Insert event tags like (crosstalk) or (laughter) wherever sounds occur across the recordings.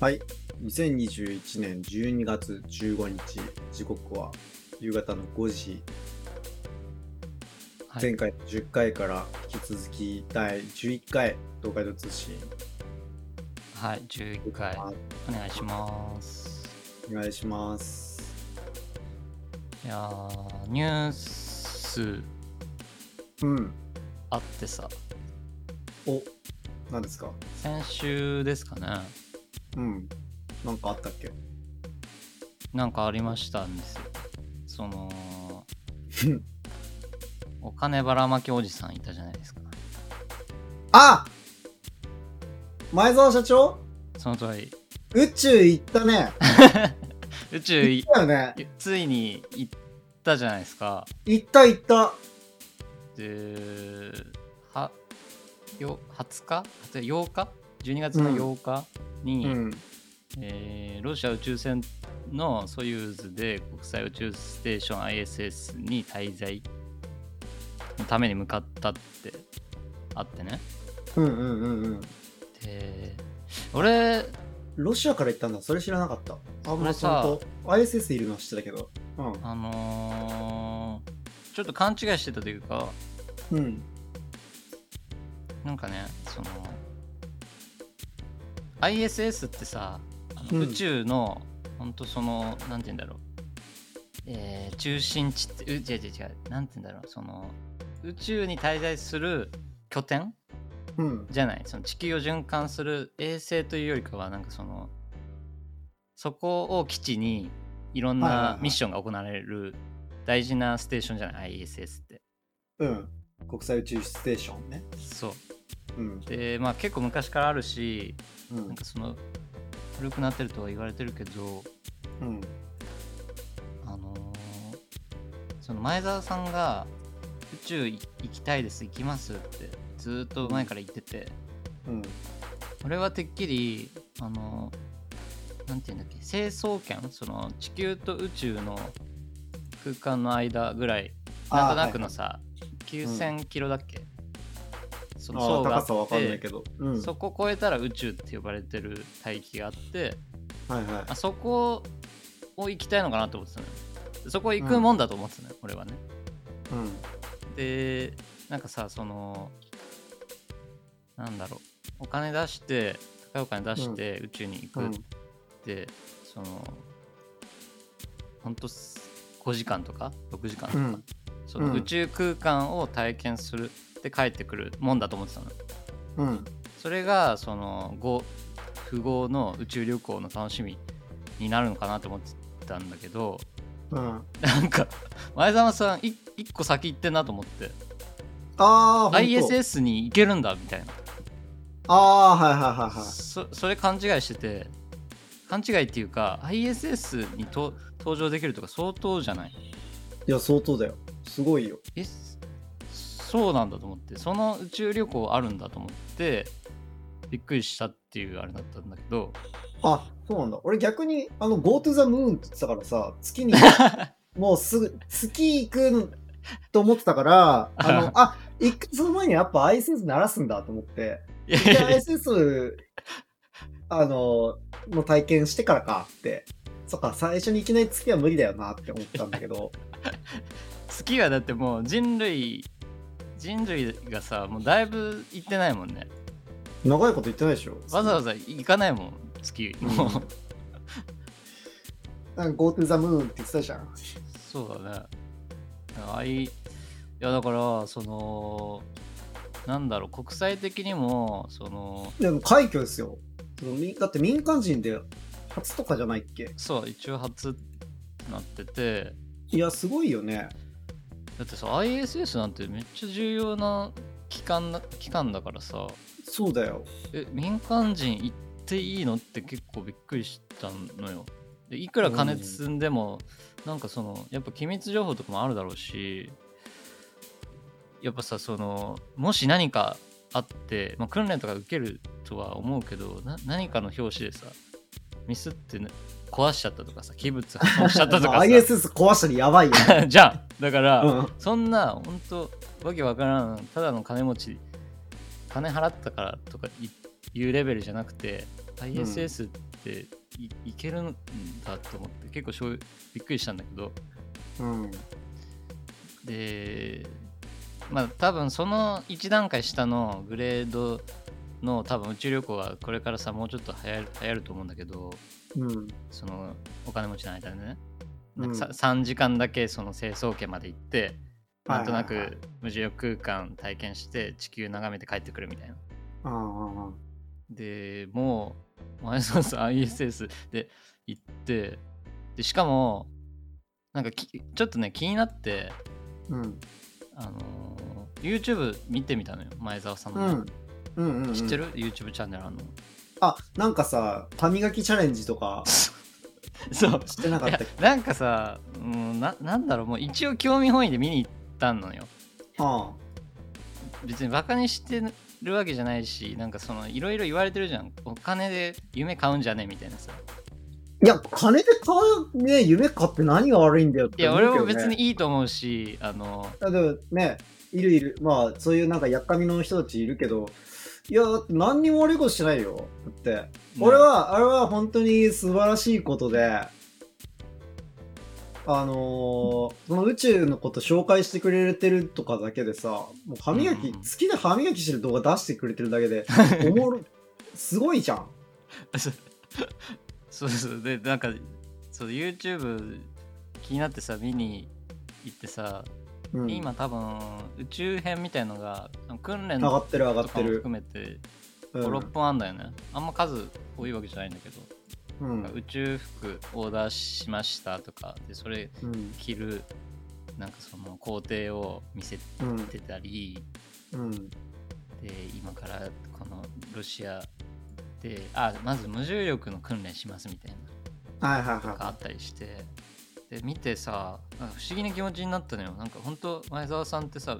はい。2021年12月15日、時刻は夕方の5時。はい前回の10回から引き続き第11回東海道通信はい、11回お願いします。お願いします。いやーニュースうん。あってさ、お、何ですか先週ですかね、うん。なんかあったっけなんかありましたんですよ。その、 (laughs) お金ばらまきおじさんいたじゃないですか。あ前澤社長その通り、宇宙行ったね。宇宙い行ったよね。ついに行ったじゃないですか。行った行った。で、は、よ20日 ?8 日 ?12 月の8日に、うん。えーロシア宇宙船のソユーズで国際宇宙ステーション ISS に滞在のために向かったってあってね。うんうんうんうん。で、俺、ロシアから行ったんだ、それ知らなかった。あんそれまちゃんと ISS いるのは知ってたけど。あのーちょっと勘違いしてたというか、うん。うん。なんかね、その、ISS ってさ、あのうん宇宙の、ほんとその、なんて言うんだろう、えー中心地って、う違う違う違う、なんて言うんだろう、その、宇宙に滞在する拠点うん。じゃない、その地球を循環する衛星というよりかは、なんかその、そこを基地にいろんはいはいはないミッションが行われる大事なステーションじゃない、ISS って。うん。国際宇宙ステーションね。そう。うん。で、まあ結構昔からあるし、うなんん。かその古くなってるとは言われてるけど、うん。あのーその前澤さんが宇宙い行きたいです行きますってずーっと前から言ってて、うん。俺はてっきりあのーなんていうんだっけ成層圏その地球と宇宙の空間の間ぐらいなんとなくのあさ、う9000キロだっけ、そー、はいはいあーが高あってさわかんないけど。うん。そこ越えたら宇宙って呼ばれてる大気があって、はいはいあ。そこを行きたいのかなと思ってたのよそこ行くもんだと思ってたのよ、俺はねうん。でなんかさそのなんだろうお金出して高いお金出して宇宙に行うくっん。て、そのほんとす5時間とか6時間とうか、ん。そうのん宇宙空間を体験するで帰ってくるもんだと思ってたのようん。それがそのご富豪の宇宙旅行の楽しみになるのかなと思ってたんだけど、うん。なんか前澤さんい一個先行ってんなと思ってああ、ISS。 ISS に行けるんだみたいなああー、はいはいはいはい。そそれ勘違いしてて勘違いっていうか ISS にと登場できるとか相当じゃないいや、相当だよ。すごいよ。えそそうなんだと思ってその宇宙旅行あるんだと思ってびっくりしたっていうあれだったんだけどあ、そうなんだ。俺逆に、あの、Go to the Moon って言ってたからさ、月 (laughs) に、もうすぐ、月行くと思ってたから、あ (laughs) の、あ、行くその前にやっぱ ISS 鳴らすんだと思って、いやいで (laughs) やいや ISS、あの、の体験してからかって、そっか、最初にいきなり月は無理だよなって思ったんだけど、 (laughs) 月はだってもう人類人類がさもうだいぶ行ってないもんね (laughs) 長いこと言ってないでしょわざわざ行かないもん月もうなんか Go to the Moon って言ってたじゃん。そうだね。あいいやだからそのなんだろう国際的にもそのでも快挙ですよ。そのみだって民間人で初とかじゃないっけそう一応初ってなってていや、すごいよね。だってさ ISS なんてめっちゃ重要な機関な機関だからさそうだよ。え民間人行っていいのって結構びっくりしたのよ。でいくら金積んでも、なんかそのやっぱ機密情報とかもあるだろうしやっぱさそのもし何かあって、まあ、訓練とか受けるとは思うけどな何かの表紙でさミスってね、壊しちゃったとかさ器物破損しちゃったとかまあさ ISS 壊したらやばいよ、ね。 (laughs) じゃんだから、うん。そんな本当わけわからんただの金持ち金払ったからとかいいうレベルじゃなくて ISS ってていいけるんだと思って結構しょうびっくりしたんだけどうん。でまあ多分その1段階下のグレードの多分宇宙旅行はこれからさもうちょっと流行る流行ると思うんだけどうん。そのお金持ちの間でねうなんんかさ、3時間だけその成層圏まで行ってなんとなはいはいはく無重力空間体験して地球眺めて帰ってくるみたいな。ああ。でもう前園さん ISS で行ってでしかもなんかきちょっとね気になって、うん。あのー YouTube 見てみたのよ前澤さんうのね、ん。うんうん。知ってる YouTube チャンネルあん (laughs) のあ、なんかさ、歯磨きチャレンジとかそうしてなかいったやっけなんかさ、うん、ななんだろうもう一応興味本位で見に行ったのよあ別にバカにしてるわけじゃないしなんかそのいろいろ言われてるじゃんお金で夢買うんじゃねみたいなさいや、金で買うね、夢買って何が悪いんだよっいてや思うけ俺どねも別にいいと思うしあのあでもね、いるいる。まあ、そういうなんかやっかみの人たちいるけど、いや、だって何にも悪いことしてないよ。だって。俺は、あれは本当に素晴らしいことで、あのーその宇宙のこと紹介してくれてるとかだけでさ、もう歯磨き、うん好きで歯磨きしてる動画出してくれてるだけ (laughs) で、おもろ、すごいじゃん。そうそうでなんかそう YouTube 気になってさ見に行ってさ、うん、今多分宇宙編みたいのが訓練上がとってる上がっかてもる。含めてう56、ん6本あんだよねあんま数多いわけじゃないんだけど、うんなんか宇宙服オーダーしましたとかでそれうん着るなんかその工程を見せうんてたりうんで今からこのロシアであまず無重力の訓練しますみたいなはいはいがあはったりしてで見てさなんか不思議な気持ちになったのよなんか本当前澤さんってさ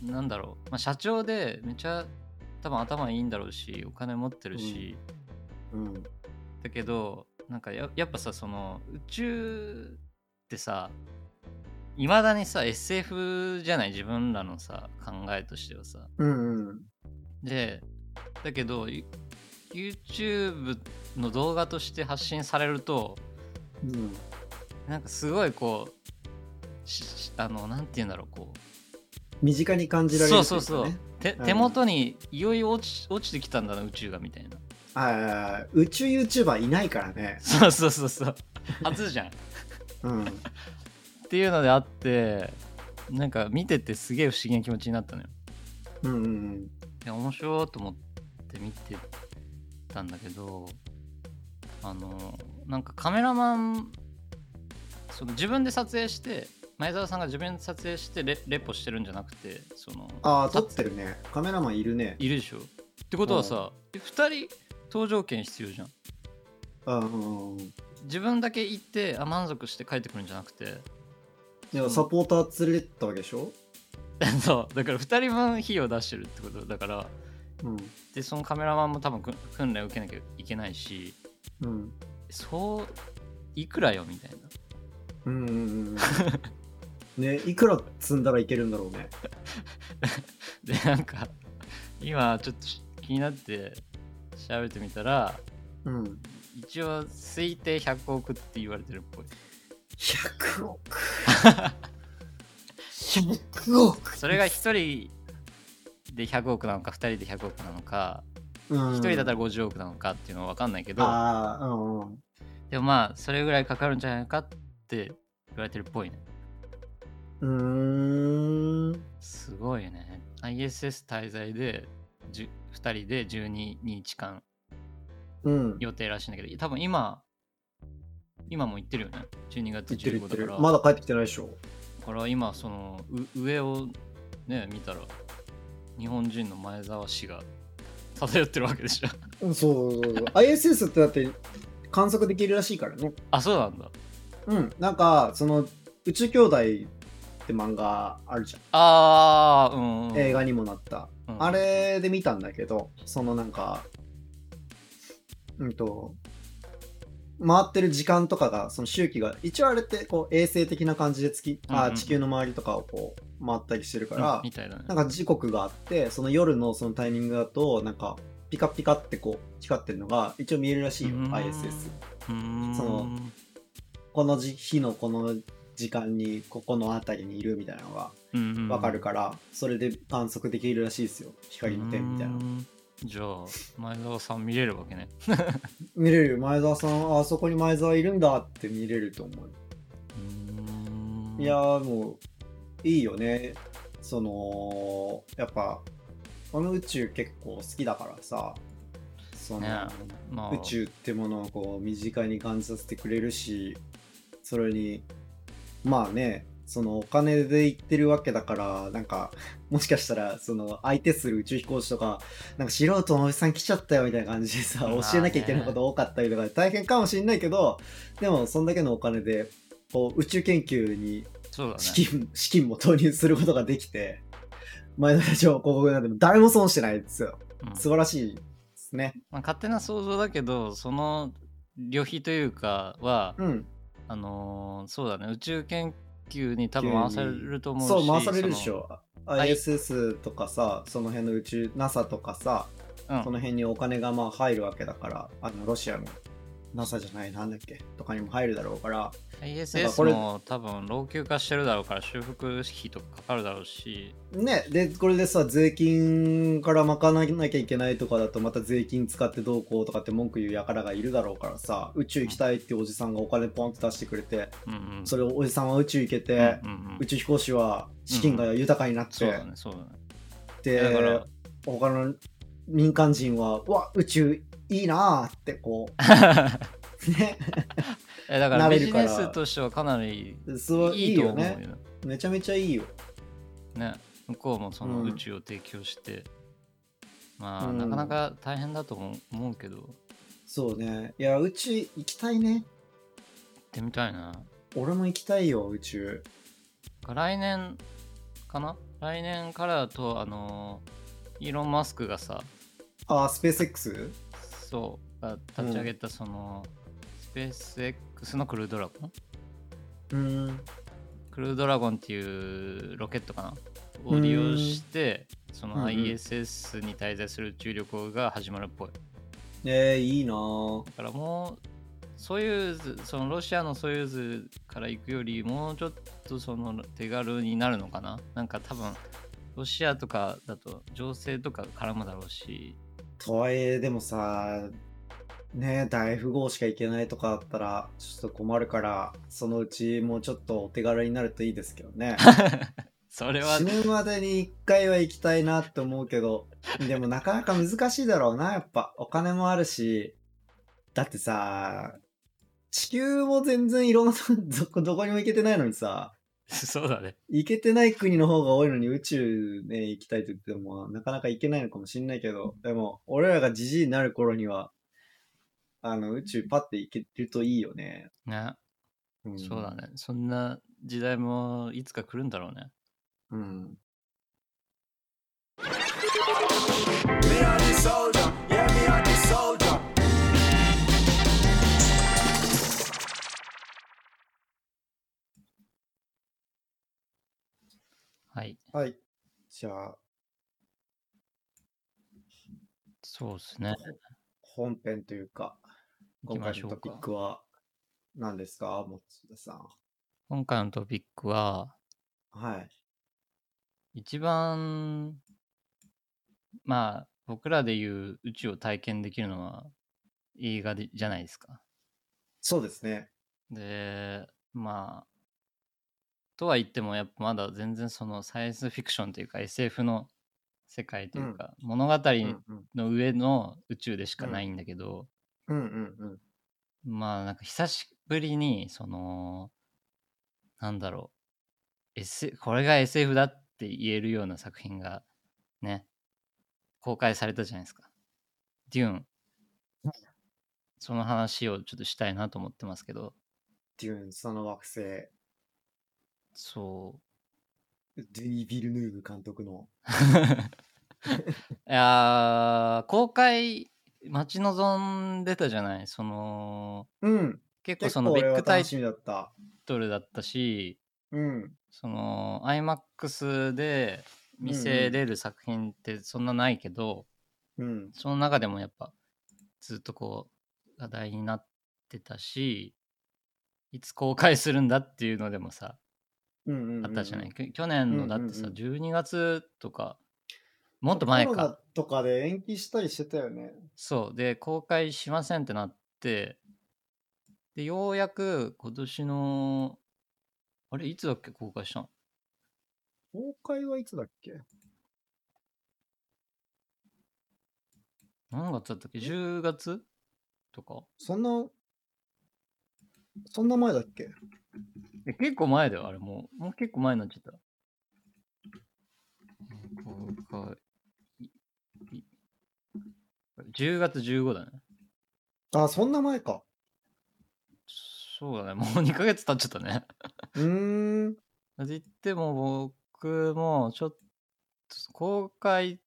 なんだろう、まあ、社長でめちゃ多分頭いいんだろうしお金持ってるし、い。うんだけどなんかややっぱさその宇宙ってさいまだにさ SF じゃない自分らのさ考えとしてはさうんうんでだけどユ YouTube の動画として発信されるとうんなんかすごいこうししあのなんて言うんだろうこう身近に感じられるそうといそかうそう、ね手うん手元にいよいよ落ち落ちてきたんだな宇宙がみたいな (laughs) あー宇宙 YouTuber いないからね。そうそうそうそう初じゃんっうん。ていうのであってなんか見ててすげえ不思議な気持ちになったのようんうんうん。いや面白いと思って見てたんだけどあのなんかカメラマンその自分で撮影して前澤さんが自分で撮影してレレポしてるんじゃなくてそのああ、撮ってるね。カメラマンいるね。いるでしょってことはさ、え2人搭乗券必要じゃんうんうんうん。自分だけ行ってあ満足して帰ってくるんじゃなくて (laughs) でもサポーター連れてったわけでしょそうだから2人分費用出してるってことだからうん。でそのカメラマンも多分く訓練受けなきゃいけないしうん。そういくらよみたいなうんうんうんうん。ね、いくら積んだらいけるんだろうね。でなんか今ちょっとし気になって調べてみたらうん。一応推定100億って言われてるっぽい100億。100億。それが1人で100億なのか2人で100億なのかうん、 1人だっら。たら50億なのかっていうのは分かんないけど、ああ、うんうん。でもまあそれぐらいかかるんじゃないかって言われてるっぽいねうーん。すごいね ISS 滞在で2人で12日間うん。予定らしいんだけど多分今今も行ってるよね12月言ってる15言っだてかる。らまだ帰ってきてないでしょ。だから今そのう上をね見たら日本人の前澤氏が漂ってるわけでしょ (laughs) うんそうそうそうそう。ISS ってだって観測できるらしいからね。あそうなんだうん。なんか、その、宇宙兄弟って漫画あるじあーうんゃうんん。映画にもなった。うんあれで見たんだけど、そのなんか、うんと、回ってる時間とかが、その周期が、一応あれってこう衛星的な感じで月、うんあうん地球の周りとかをこう回ったりしてるかうんら、みたいだねなんか時刻があって、その夜のそのタイミングだと、なんかピカピカってこう光ってるのが一応見えるらしいようーん ISS うーんそのこの時日のこの時間にここの辺りにいるみたいなのがうんうん分かるから、それで観測できるらしいですよ光の点みたいな、うーんじゃあ前澤さん見れるわけね見れるよ前澤さんあそこに前澤いるんだって見れると思ううーんいやーもういいよねそのやっぱこの宇宙結構好きだからさその、ねまあ宇宙ってものをこう身近に感じさせてくれるしそれにまあねそのお金で行ってるわけだからなんかもしかしたらその相手する宇宙飛行士とかなんか素人のおじさん来ちゃったよみたいな感じでさまあね教えなきゃいけないこと多かったりとかで大変かもしれないけどでもそんだけのお金でこう宇宙研究にそうだね資金,、資金も投入することができて前田町広告なんて誰も損してないですようん素晴らしいですねまあ、勝手な想像だけどその旅費というかは、うんあのーそうだね宇宙研究に多分急に回されると思うしそう回されるでしょの ISS とかさその辺の宇宙 NASA とかさ、そのその辺にお金がまあ入るわけだからあのロシアの NASA じゃないなんだっけとかにも入るだろうからうん、なんかこ ISS れも多分老朽化してるだろうから修復費とかかかるだろうしねでこれでさ税金から賄わなきゃいけないとかだとまた税金使ってどうこうとかって文句言う輩がいるだろうからさ宇宙行きたいっていうおじさんがお金ポンと出してくれてうんうんそれれをおじさんは宇宙行けて、うんうんう宇ん、宙飛行士は資金が豊かになって、そうだねそうだね、でだから他の民間人は「うわ宇宙いいな」ってこうねえだから慣れビジるからネスとしてはかなりすごいいいいいとよ思うよねめちゃめちゃいいよね向こうもそのうん宇宙を提供して、まあ、うんなかなか大変だと思う思うけど行っそうねいや宇宙行きたいねてみたいな俺も行きたいよ宇宙来年かな来年からだとあのーイーロン・マスクがさあスペース X? そうが立ち上げたその、スペース X のクルードラゴンうんクルードラゴンっていうロケットかなを利用してそうんうのん ISS に滞在する宇宙旅行が始まるっぽいえー、いいなぁだからもうソユーズそのロシアのソユーズから行くよりもうちょっとその手軽になるのかななんか多分ロシアとかだと情勢とか絡むだろうしとはいえでもさね大富豪しか行けないとかだったらちょっと困るからそのうちもうちょっとお手軽になるといいですけどねそれは死ぬまでに1回は行きたいなって思うけどでもなかなか難しいだろうなやっぱお金もあるしだってさ地球も全然いろんなとこどこ (laughs) どこにも行けてないのにさ (laughs) そうだね行けてない国の方が多いのに宇宙ね行きたいと言ってもなかなか行けないのかもしんないけどでも俺らがじじいになる頃にはあの宇宙パッて行けるといいよね、ねんそうだねそんな時代もいつか来るんだろうねうんはいはいじゃあそうですね本編というか行き今ま回しょのうトかピックは何ですか持田さん。今回のトピックははい。一番まあ僕らでいう宇宙を体験できるのは映画でじゃないですか。そうですね。でまあとは言ってもやっぱまだ全然そのサイエンスフィクションというか SF の世界というか、物語うんうんの上の宇宙でしかないんだけど、うんうんまあなんか久しぶりにそのなんだろう、S、これが SF だって言えるような作品がね公開されたじゃないですかデューンその話をちょっとしたいなと思ってますけどデューン、その惑星、そうディ・ビルヌーブ監督の。いやー公開待ち望んでたじゃないそのうん。結構結そ構のビ俺ッはグタ楽イしみだった。トルだったしうん。その iMAX で見せれる作品ってそんなないけど、うん。その中でもやっぱずっとこう話題になってたしいつ公開するんだっていうのでもさうんうんうんあったじゃない、き去年のだってさ、12月とかもっと前コロナかとかで延期したりしてたよね。そうで公開しませんってなってでようやく今年のあれいつだっけ公開したの公開はいつだっけ何月だったっけ ?10 月とかそんな、そんな前だっけえ結構前だよ、あれもう。もう結構前になっちゃった。公開。いい10月15だね。あ、そんな前か。そうだね。もう2ヶ月経っちゃったね。うーん。って言っても僕もちょっと公開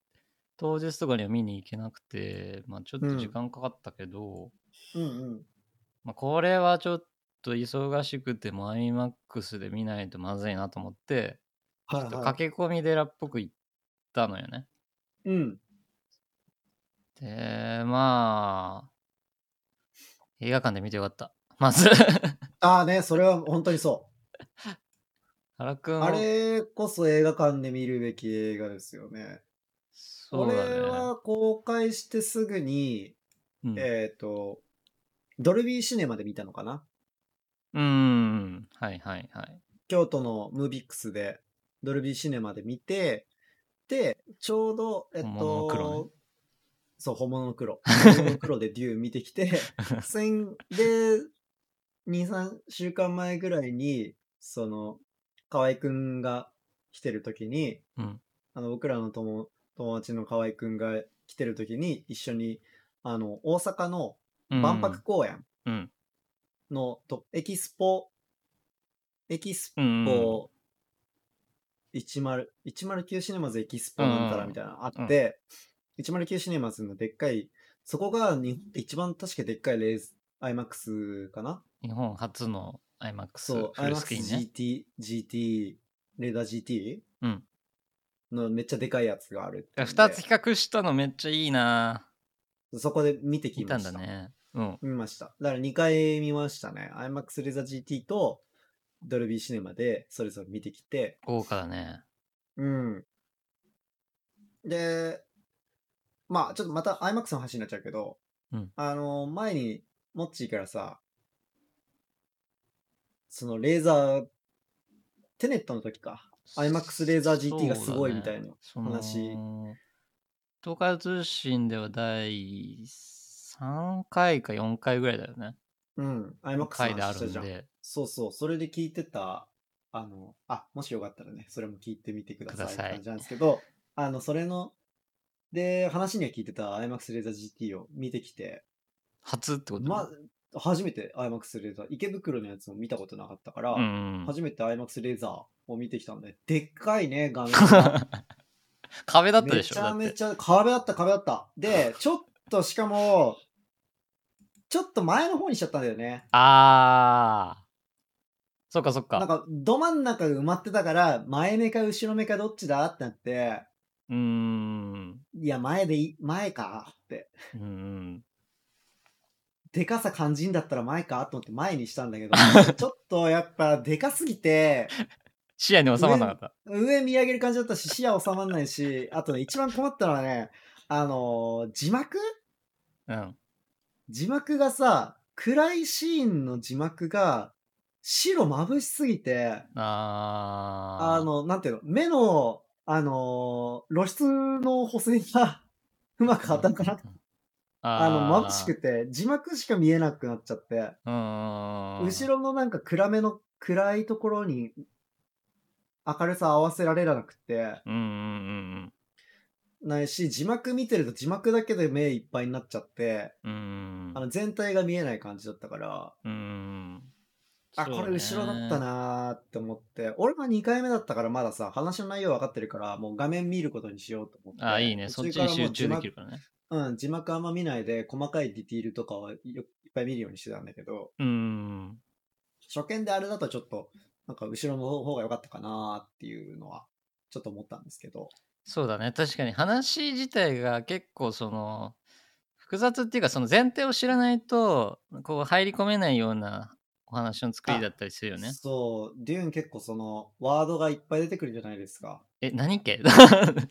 当日とかには見に行けなくて、まあちょっと時間かかったけど、うんうん。まあこれはちょっと忙しくても IMAX で見ないとまずいなと思って、はちょっいとは駆け込み寺っぽく行ったのよね。い。うん。で、まあ、映画館で見てよかった。(laughs) まず、ああね、それは本当にそ原くんう。をあれこそ映画館で見るべき映画ですよね。そこうれだね。は公開してすぐに、うんえっ、と、ドルビーシネマで見たのかなうん。はいはいはい。京都のムービックスでドルビーシネマで見て、で、ちょうど、えっと、本物の黒ねそう、本物の (laughs) 黒。本物の黒でデュー見てきて、先で、2、3週間前ぐらいに、その、河合くんが来てる時に、うん。あの、僕らの友友達の河合くんが来てる時に、一緒に、あの、大阪のうん万博公園うん。のと、エキスポ、エキスうん。こう、10 109シネマズエキスポなんたらみたいなのあって、109シネマズのでっかい、そこがに一番確かでっかいレース、IMAX かな日本初の IMAX そう、フルスクリーンね。 IMAXGT、GT、レーダー GT? うんのめっちゃでかいやつがあるっていうんで。 2つ比較したのめっちゃいいな。そこで見てき見またんした。だね。うん。見ました。だから2回見ましたね。IMAX レーザー GT とドルビーシネマでそれぞれ見てきて、豪華だね。うん。で、まあ、ちょっとまた IMAX の話になっちゃうけど、うんあの、前に、モッチーからさ、そのレーザー、テネットの時か、IMAX レーザー GT がすごいみたいなそうだね話その東海通信では第3回か4回ぐらいだよね。うん、IMAX の回であ話しるたんじゃん。で、そうそう、それで聞いてた、あの、あ、もしよかったらね、それも聞いてみてくださいくだってさい感じなんですけど、あの、それの、で、話には聞いてた IMAX レーザー GT を見てきて、初ってことま、初めて IMAX レーザー、池袋のやつも見たことなかったから、うんうん。初めて IMAX レーザーを見てきたんで、でっかい (laughs) ね、画面が。壁だったでめしょちゃめだってちゃ壁だった、壁だった。 (laughs) で、ちょっとしかも、ちょっと前の方にしちゃったんだよね。ああ。そっかそっか。なんか、ど真ん中が埋まってたから、前目か後ろ目かどっちだってなって、うーん。いや、前でいい、前かって。うんうん。でかさ肝心だったら前かと思って前にしたんだ (laughs) けど、ちょっとやっぱでかすぎて、視野に収まらなかった。上見上げる感じだったし、視野収まんないし、あとね、一番困ったのはね、あのー字幕うん。字幕がさ、暗いシーンの字幕が、白眩しすぎて、ああ。あ、の、なんていうの、目の、あのー露出の補正が (laughs) うまく当たらなくて、あの、眩しくて。て、字幕しか見えなくなっちゃって、うんうんうん。後ろのなんか暗めの暗いところに、明るさ合わせられなくて、うんうんないし、字幕見てると字幕だけで目いっぱいになっちゃって、うんうん。うんあの全体が見えない感じだったから、うんうん。あ、そうこれ後ろだったね。なーって思って、俺が2回目だったからまださ、話の内容分かってるから、もう画面見ることにしようと思って。ああ、いいね。途そっ中ちからにもう集中でき字るからね。幕。うん、字幕あんま見ないで、細かいディティールとかはよいっぱい見るようにしてたんだけど、うんうん初見であれだとちょっと、なんか後ろの方が良かったかなーっていうのは、ちょっと思ったんですけど。そうだね確かに話自体が結構その複雑っていうかその前提を知らないとこう入り込めないようなお話の作りだったりするよね。そう、デューン結構その、ワードがいっぱい出てくるじゃないですか。え何系 (laughs)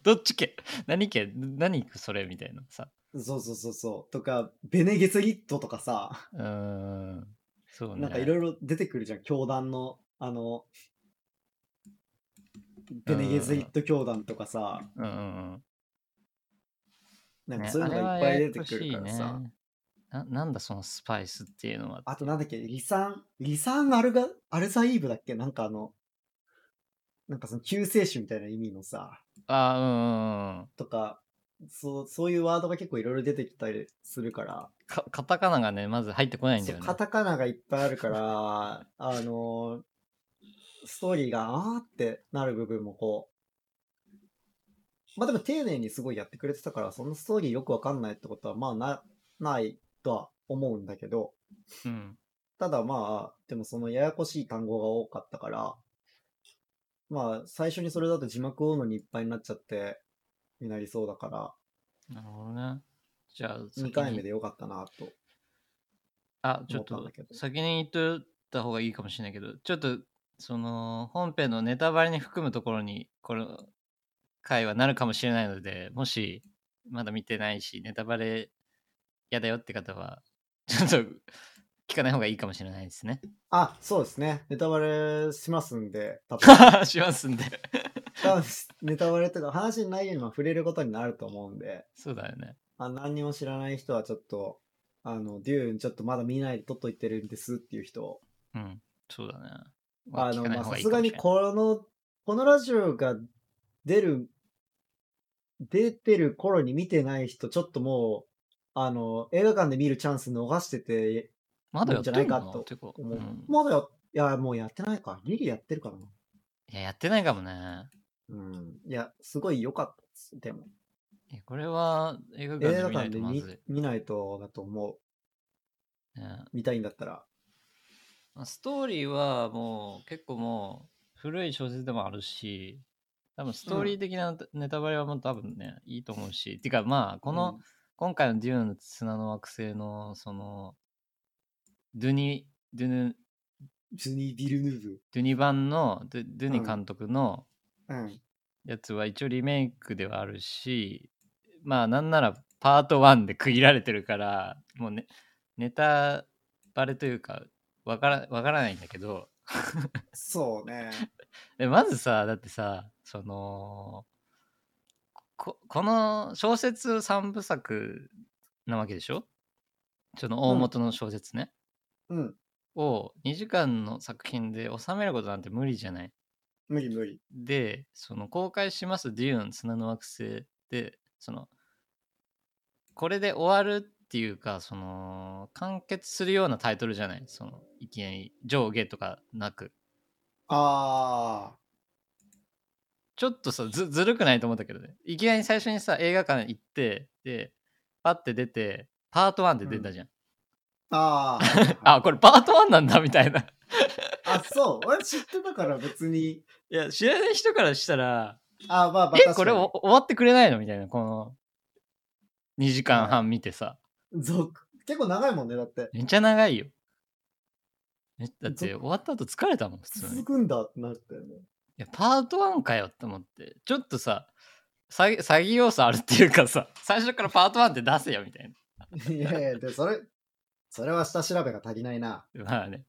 どっち系 (laughs) 何系何それみたいなさ。そうそうそうそう。とか、ベネゲツギットとかさ、うーんそうね。なんかいろいろ出てくるじゃん、教団の、あの、ベネゲツギット教団とかさ、うんうんなうんかんねそういうのがいっぱい出てくるかあれはややこらしいさ。ねななんだそのスパイスっていうのはあとなんだっけ、リサン、リサンアルガ、アルザイーブだっけなんかあの、なんかその救世主みたいな意味のさ、あうんうんうんとか、そう、そういうワードが結構いろいろ出てきたりするから、かカタカナがねまず入ってこないんだそうよねカタカナがいっぱいある (laughs) から、あのストーリーがあーってなる部分もこう、まあでも丁寧にすごいやってくれてたから、そのストーリーよくわかんないってことは、まあな、ないとは思うんだけど、うんただまあ、でもそのややこしい単語が多かったから、まあ最初にそれだと字幕を追うのにいっぱいになっちゃって、になりそうだかなるほどねじゃあら、先に2回目でよかったなと。あちょ思っとったんだけど先に言っといた方がいいかもしれないけどちょっとその本編のネタバレに含むところにこの回はなるかもしれないのでもしまだ見てないしネタバレ嫌だよって方はちょっと聞かない方がいいかもしれな (laughs) いですね。あ、そうですね。ネタバレしますんで、多 (laughs) 分。しますんで。多分ネタバレとか話の内容にも触れることになると思うんで、そうだよね。あ何にも知らない人はちょっと、あの、デューンちょっとまだ見ないで撮っといてるんですっていう人を、うん。そうだね。あの、聞かないまあ方さいいすかもがにしれないこの、このラジオが出る、出てる頃に見てない人、ちょっともう、あの、映画館で見るチャンス逃してて、まだやってんのじゃかないなかとてかう、思うんまだや、いや、もうやってないか。リリーやってるかな。いや、やってないかもね。うん。いや、すごい良かったです。でも。いやこれは映画映館で画館で見ないとまずい見。見ないとだと思う。ね見たいんだったら。まあストーリーはもう結構もう古い小説でもあるし、多分ストーリー的なネタバレはもう多分ね、いいと思うし、てかまあ、この、今回のデューンの砂の惑星の、その、ドゥニ、ドゥヌ、うん、ジュニー・ビルヌーブ。ドゥニ版の、ドゥドゥうニん監督のうん。やつは一応リメイクではあるし、まあなんならパート1で区切られてるから、もうね、ネタバレというか、わから、わからないんだけど、そうね。でまずさだってさそのここの小説3部作なわけでしょその大元の小説ね、うん。を2時間の作品で収めることなんて無理じゃない無理無理。でその公開します「デューン砂の惑星」でそのこれで終わるっていうかその完結するようなタイトルじゃないそのいきなり上下とかなくあちょっとさずずるくないと思ったけどねいきなり最初にさ映画館行ってでパッて出てパート1で出たじゃん、あ。ああ。 (laughs) あこれパート1なんだみたいないあ、そう。俺知ってたから別に。や知らない人からしたらあまあまあ、 (laughs) え確これかにお終わってくれないのみたいなこの2時間半見てさ続結構長いもんね、だって。めっちゃ長いよめだってぞ終わった後疲れたもん普 (laughs) 通に続いくんだってなったよね。やパート1かよって思ってちょっとさ詐欺詐欺要素あるっていうかさ最初からパート1って出せよみたいいやいや、で、それ、それは下調べが足りないな。 (laughs) なまあね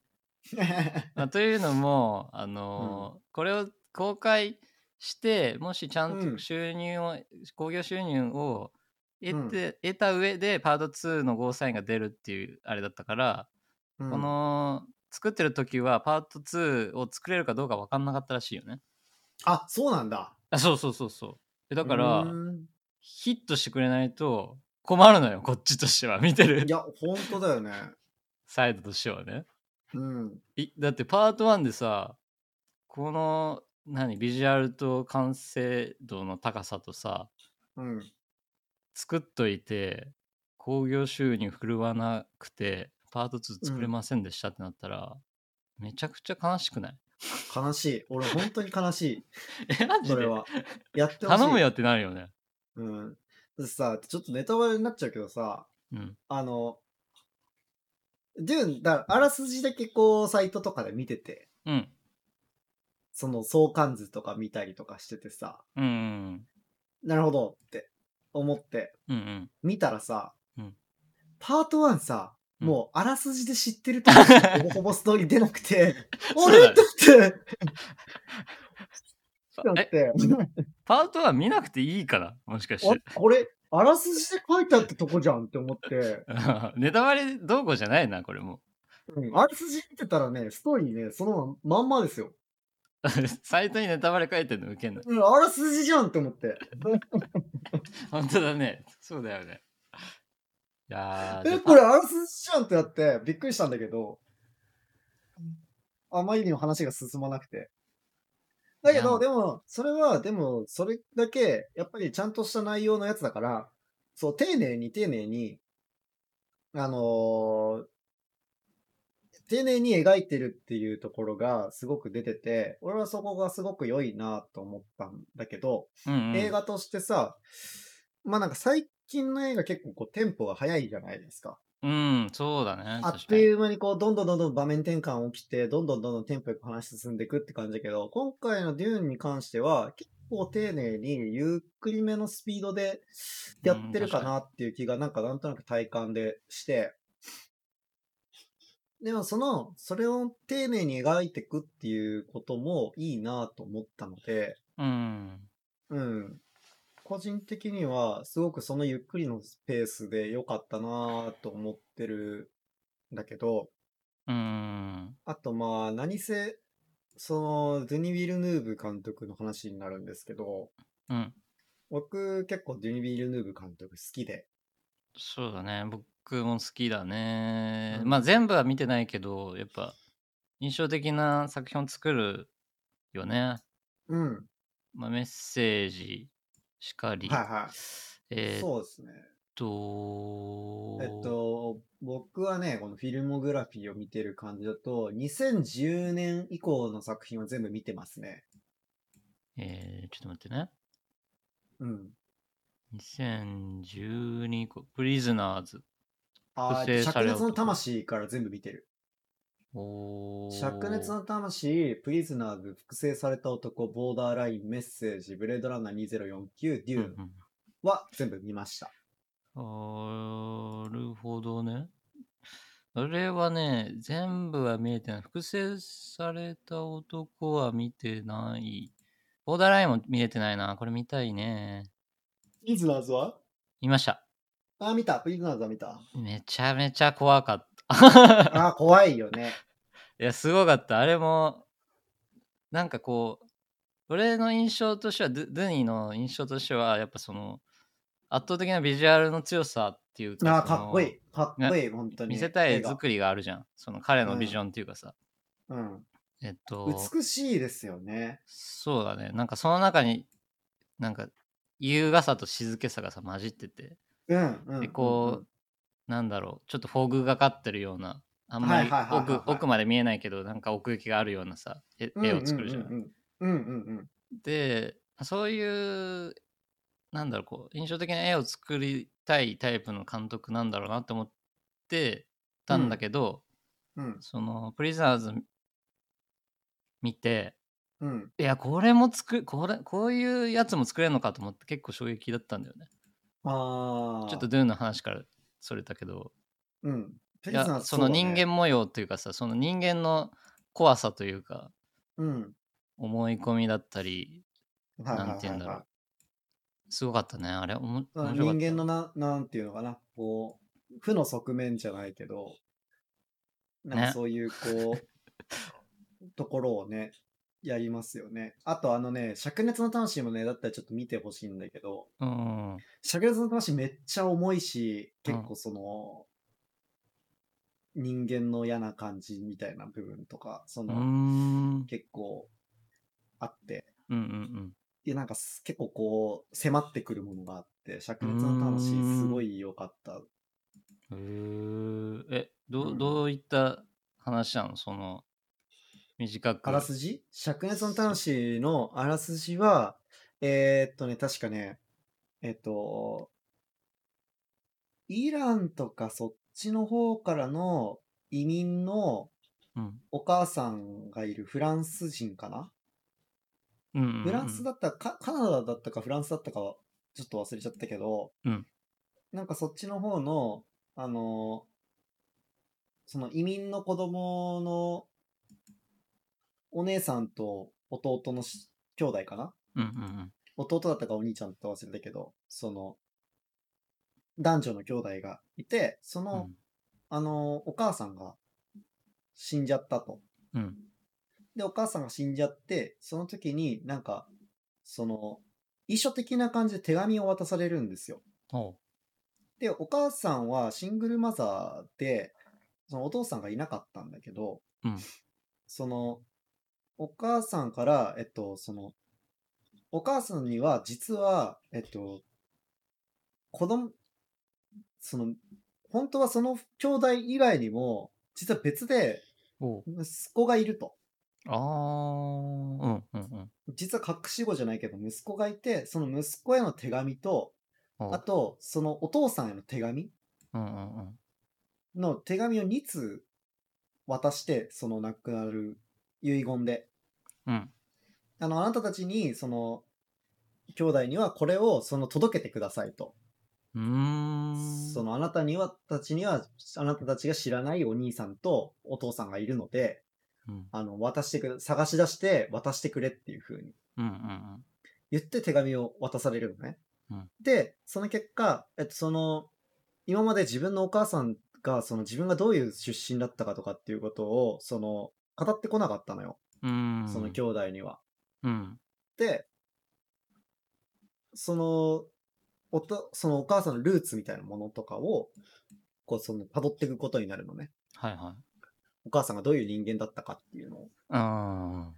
まあ、というのも、あのーこれを公開してもしちゃんうとん収入を興行、収入を得て、得た上でパート2のゴーサインが出るっていうあれだったから、うんこの作ってる時はパート2を作れるかどうか分かんなかったらしいよね。あ、そうなんだ。あそうそうそうそう。でだからうーんヒットしてくれないと困るのよこっちとしては見てるいや、本当だよね。サイドとしてはね。うん。いだってパート1でさこの何ビジュアルと完成度の高さとさうん。作っといて興行収入振るわなくてパート2作れませんでしたってなったら、めちゃくちゃ悲しくない悲しい。俺、本当に悲しい。 (laughs) え、マジそれで (laughs) は。やってほしい。頼むよってなるよね。うん。だってさ、ちょっとネタバレになっちゃうけどさ、うん。あの、デューン、だからあらすじだけこう、サイトとかで見てて、うん。その相関図とか見たりとかしててさ、うんうんなるほどって思って、うん。うんうん。見たらさ、うんパート1さ、うんもうあらすじで知ってると思 (laughs) ってほぼほぼストーリー出なくて、そうあだれよだって、だえっ、て、パートは見なくていいから、もしかしあて。これ、あらすじで書いてあったとこじゃんって思って、 (laughs) ネタバレどうこうじゃないな、これも (laughs) うん、あらすじ見てたらね、ストーリーね、そのまんまですよ。う。サイトにネタバレ書いてるのウケんの。うん、あらすじじゃんって思って。 (laughs) 本当だね。そうだよね。いやーえ、でこれあらすじじゃんってなって、びっくりしたんだけど、あまりにも話が進まなくて。だけいやど、でも、それは、でも、それだけ、やっぱりちゃんとした内容のやつだから、そう、丁寧に丁寧に、あのー丁寧に描いてるっていうところがすごく出てて、俺はそこがすごく良いなと思ったんだけど、うんうん映画としてさ、まあなんか最近の映画結構こうテンポが速いじゃないですか。うん、そうだね。あっ確とかにいう間にこうどんどんどんどん場面転換起きて、どんどんどんどんテンポよく話進んでいくって感じだけど、今回のデューンに関しては結構丁寧にゆっくりめのスピードでやってるかなっていう気がなんかなんとなく体感でして、でもその、それを丁寧に描いていくっていうこともいいなと思ったので、うん。うん。個人的には、すごくそのゆっくりのペースで良かったなぁと思ってるんだけど、うん。あとまあ、何せ、その、ドゥニ・ヴィルヌーブ監督の話になるんですけど、うん。僕結構ドゥニ・ヴィルヌーブ監督好きで、そうだね。僕も好きだね。うんまあ全部は見てないけど、やっぱ印象的な作品を作るよね。うん。まあ、メッセージしかり。はいはえーっそうですね。と、えっと、僕はね、このフィルモグラフィーを見てる感じだと、2010年以降の作品は全部見てますね。えーちょっと待ってね。うん。 2012個、プリズナーズ。ああ、複製さ灼れる熱の魂から全部見てる。おー灼熱の魂、プリズナーズ、複製された男、ボーダーライン、メッセージ、ブレードランナー2049、デュうーんンは全部見ました。うん、なるほどね。あれはね、全部は見えてない。複製された男は見てない。ボーダーラインも見れてないな。これ見たいね。プリズナーズは見ました。あ、見た。プリズナーズは見 (laughs) た。めちゃめちゃ怖かった。あー、怖いよね。いや、すごかった。あれも、なんかこう、俺の印象としては、ドゥドゥニーの印象としては、やっぱその、圧倒的なビジュアルの強さっていうあか、ー、そのかっこいい。かっこいい、本当に。見せた映い画作りがあるじゃん。その彼のうんビジョンっていうかさ。うん。えっと、美しいですよね。そうだね。なんかその中に、なんか、優雅さと静けさがさ、混じってて、うん。うんで、こう、なんだろう、ちょっとフォグがかってるような、あんまりはいはいはいはいはい奥奥まで見えないけど、なんか奥行きがあるようなさ、絵うん、絵を作るじゃんう。んうんうんうん。うんうんうん。でそういうなんだろうこう印象的な絵を作りたいタイプの監督なんだろうなって思ってたんだけど、うんそのプリズナーズ見てうん。いやこれも作これこういうやつも作れるのかと思って結構衝撃だったんだよねああ。ちょっと、ドゥーンの話からそれたけどうん。プいリズナーズやそうのだね人間。模様というかさその人間の怖さというかうん。思い込みだったりはいはいはいはいなんて言うんだろうすごかったねあれおも面ま白あかった人間のな、なんていうのかな、こう、負の側面じゃないけど、なんねかそういう、こ (laughs) う、ところをね、やりますよね。あとあのね、灼熱の魂もね、だったらちょっと見てほしいんだけど、うん灼熱の魂めっちゃ重いし、結構その、人間の嫌な感じみたいな部分とか、そうーの、ん結構あって、うんうんいや、なんかす結構こう、迫ってくるものがあって、灼熱の魂すごい良かった。うん。へーえ、どううんどういった話なのその、短くあらすじ灼熱の端子のあらすじは、えーっとね、確かね、えっと、イランとかそっちの方からの移民のうんお母さんがいるフランス人かな、うんうんうんフランスだったか、カナダだったかフランスだったかはちょっと忘れちゃったけど、うんなんかそっちの方の、あのーその移民の子供のお姉さんと弟のし兄弟かなうんうん弟だったかお兄ちゃんと忘れたけど、その、男女の兄弟がいて、そうんうの、んあのーお母さんが死んじゃったと。うんで、お母さんが死んじゃって、その時になんか、その、遺書的な感じで手紙を渡されるんですよ。おうで、お母さんはシングルマザーで、そのお父さんがいなかったんだけど、うんその、お母さんから、えっと、その、お母さんには実は、えっと、子供、その、本当はその兄弟以外にも、実は別でおう息子がいると。あーうんうんうん実は隠し子じゃないけど息子がいてその息子への手紙とおうあとそのお父さんへの手紙うんうんうんの手紙を2通渡してその亡くなる遺言でうんあのあなたたちにその兄弟にはこれをその届けてくださいと、うーんそのあなたにはたちにはあなたたちが知らないお兄さんとお父さんがいるのでうんあの渡してくだ探し出して渡してくれっていう風にうんうん言って手紙を渡されるのね。うんで、その結果、えっと、その、今まで自分のお母さんが、その自分がどういう出身だったかとかっていうことを、その、語ってこなかったのよ。うんうんその兄弟には。うんで、その、おと、そのお母さんのルーツみたいなものとかを、こう、その、辿っていくことになるのね。はいはいお母さんがどういう人間だったかっていうのを。っあ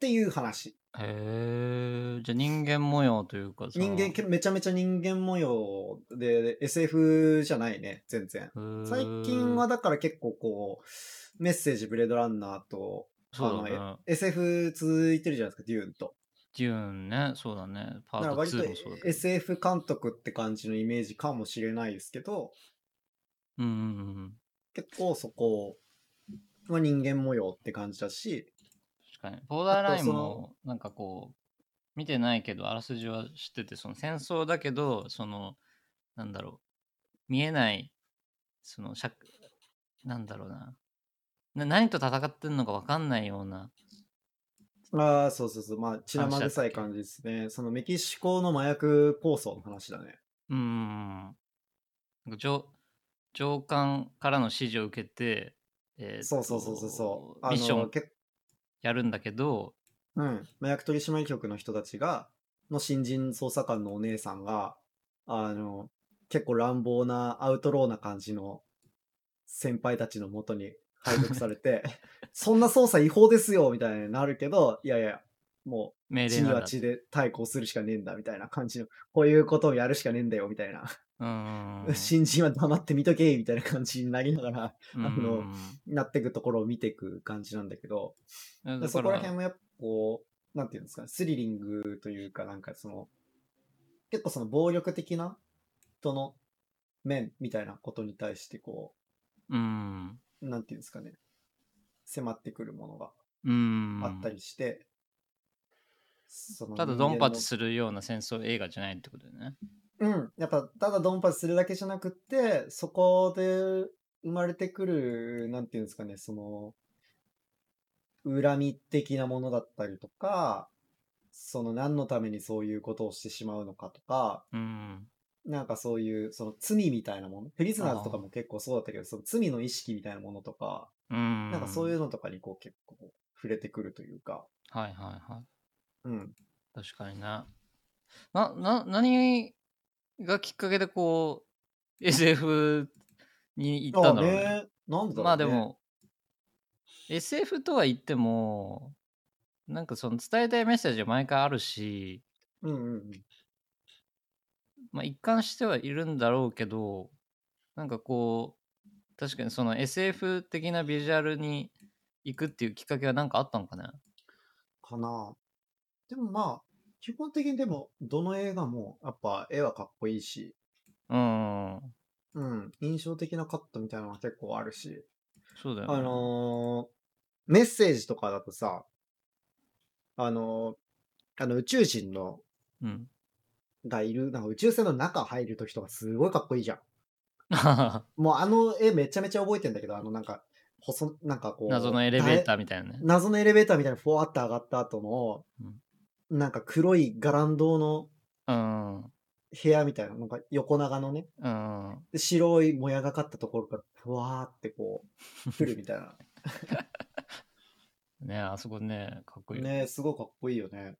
ていう話。ーへえじゃあ人間模様というかその人間、めちゃめちゃ人間模様で、SF じゃないね、全然。へー最近はだから結構こう、メッセージブレードランナーとそうあだね SF 続いてるじゃないですか、デューンと。デューンねそうだねパだからート割と2もそうだけど SF 監督って感じのイメージかもしれないですけど、うんうんうん結構そこは人間模様って感じだし、確かに。ボーダーラインあとそのも、なんかこう、見てないけど、あらすじは知ってて、その戦争だけど、その、なんだろう、見えない、その、しゃなんだろうなな、何と戦ってんのか分かんないような、ああ、そうそうそう、まあ、血生臭い感じですね。そのメキシコの麻薬構想の話だね。うーん、なんか上上官からの指示を受けて、えーっとそうそうそうそうそう。あミッショの、ンけやるんだけど、うん、麻薬取締局の人たちが、の新人捜査官のお姉さんが、あの、結構乱暴なアウトローな感じの先輩たちのもとに配属され (laughs) て、そんな捜査違法ですよみたいになるけど、いやいや、もう命地令になんはだ。地で対抗するしかねえんだみたいな感じの、こういうことをやるしかねえんだよみたいな、うー (laughs) ん新人は黙って見とけみたいな感じになりながら、うーんあのなっていくところを見ていく感じなんだけど、だからそこら辺もやっぱこう、なんていうんですかね、スリリングというか、なんかその、結構その暴力的な人の面みたいなことに対してこうーん。う、なんていうんですかね、迫ってくるものがうーん。あったりして、そのただ人間ドのンパチするような戦争映画じゃないってことだよね。うん、やっぱただドンパチするだけじゃなくって、そこで生まれてくる、なんていうんですかね、その、恨み的なものだったりとか、その何のためにそういうことをしてしまうのかとか、うん。なんかそういうその罪みたいなもの、プリズナーズとかも結構そうだったけど、その罪の意識みたいなものとか、うん。。なんかそういううのとかにこう結構触れてくるというか、はいはいはうん。い。確かにな。な、な、何がきっかけでこう、SF に行ったんだろうね。ああねなんだろうね。まあでも、SF とは言っても、なんかその伝えたいメッセージは毎回あるし、うんうんうん。まあ、一貫してはいるんだろうけどなんかこう確かにその SF 的なビジュアルに行くっていうきっかけがなんかあったのかねかな。でもまあ、基本的にでも、どの映画も、やっぱ絵はかっこいいし、ううんん、印象的なカットみたいなのは結構あるし、そうだよ、ね、あのーメッセージとかだとさ、あのーあの宇宙人の、うん (laughs) がいる、なんか宇宙船の中入るときとかすごいかっこいいじゃん。あもうあの絵めちゃめちゃ覚えてんだけど、あのなんか、細、なんかこう。謎のエレベーターみたいなね。謎のエレベーターみたいなフォワッと上がった後の、なんか黒いガランドのうん。うん。部屋みたいな、なんか横長のね、あで白いもやがかったところから、ふわーってこう、来るみたい (laughs) な。ねあそこね、かっこいいよ。ねすごいかっこいいよね。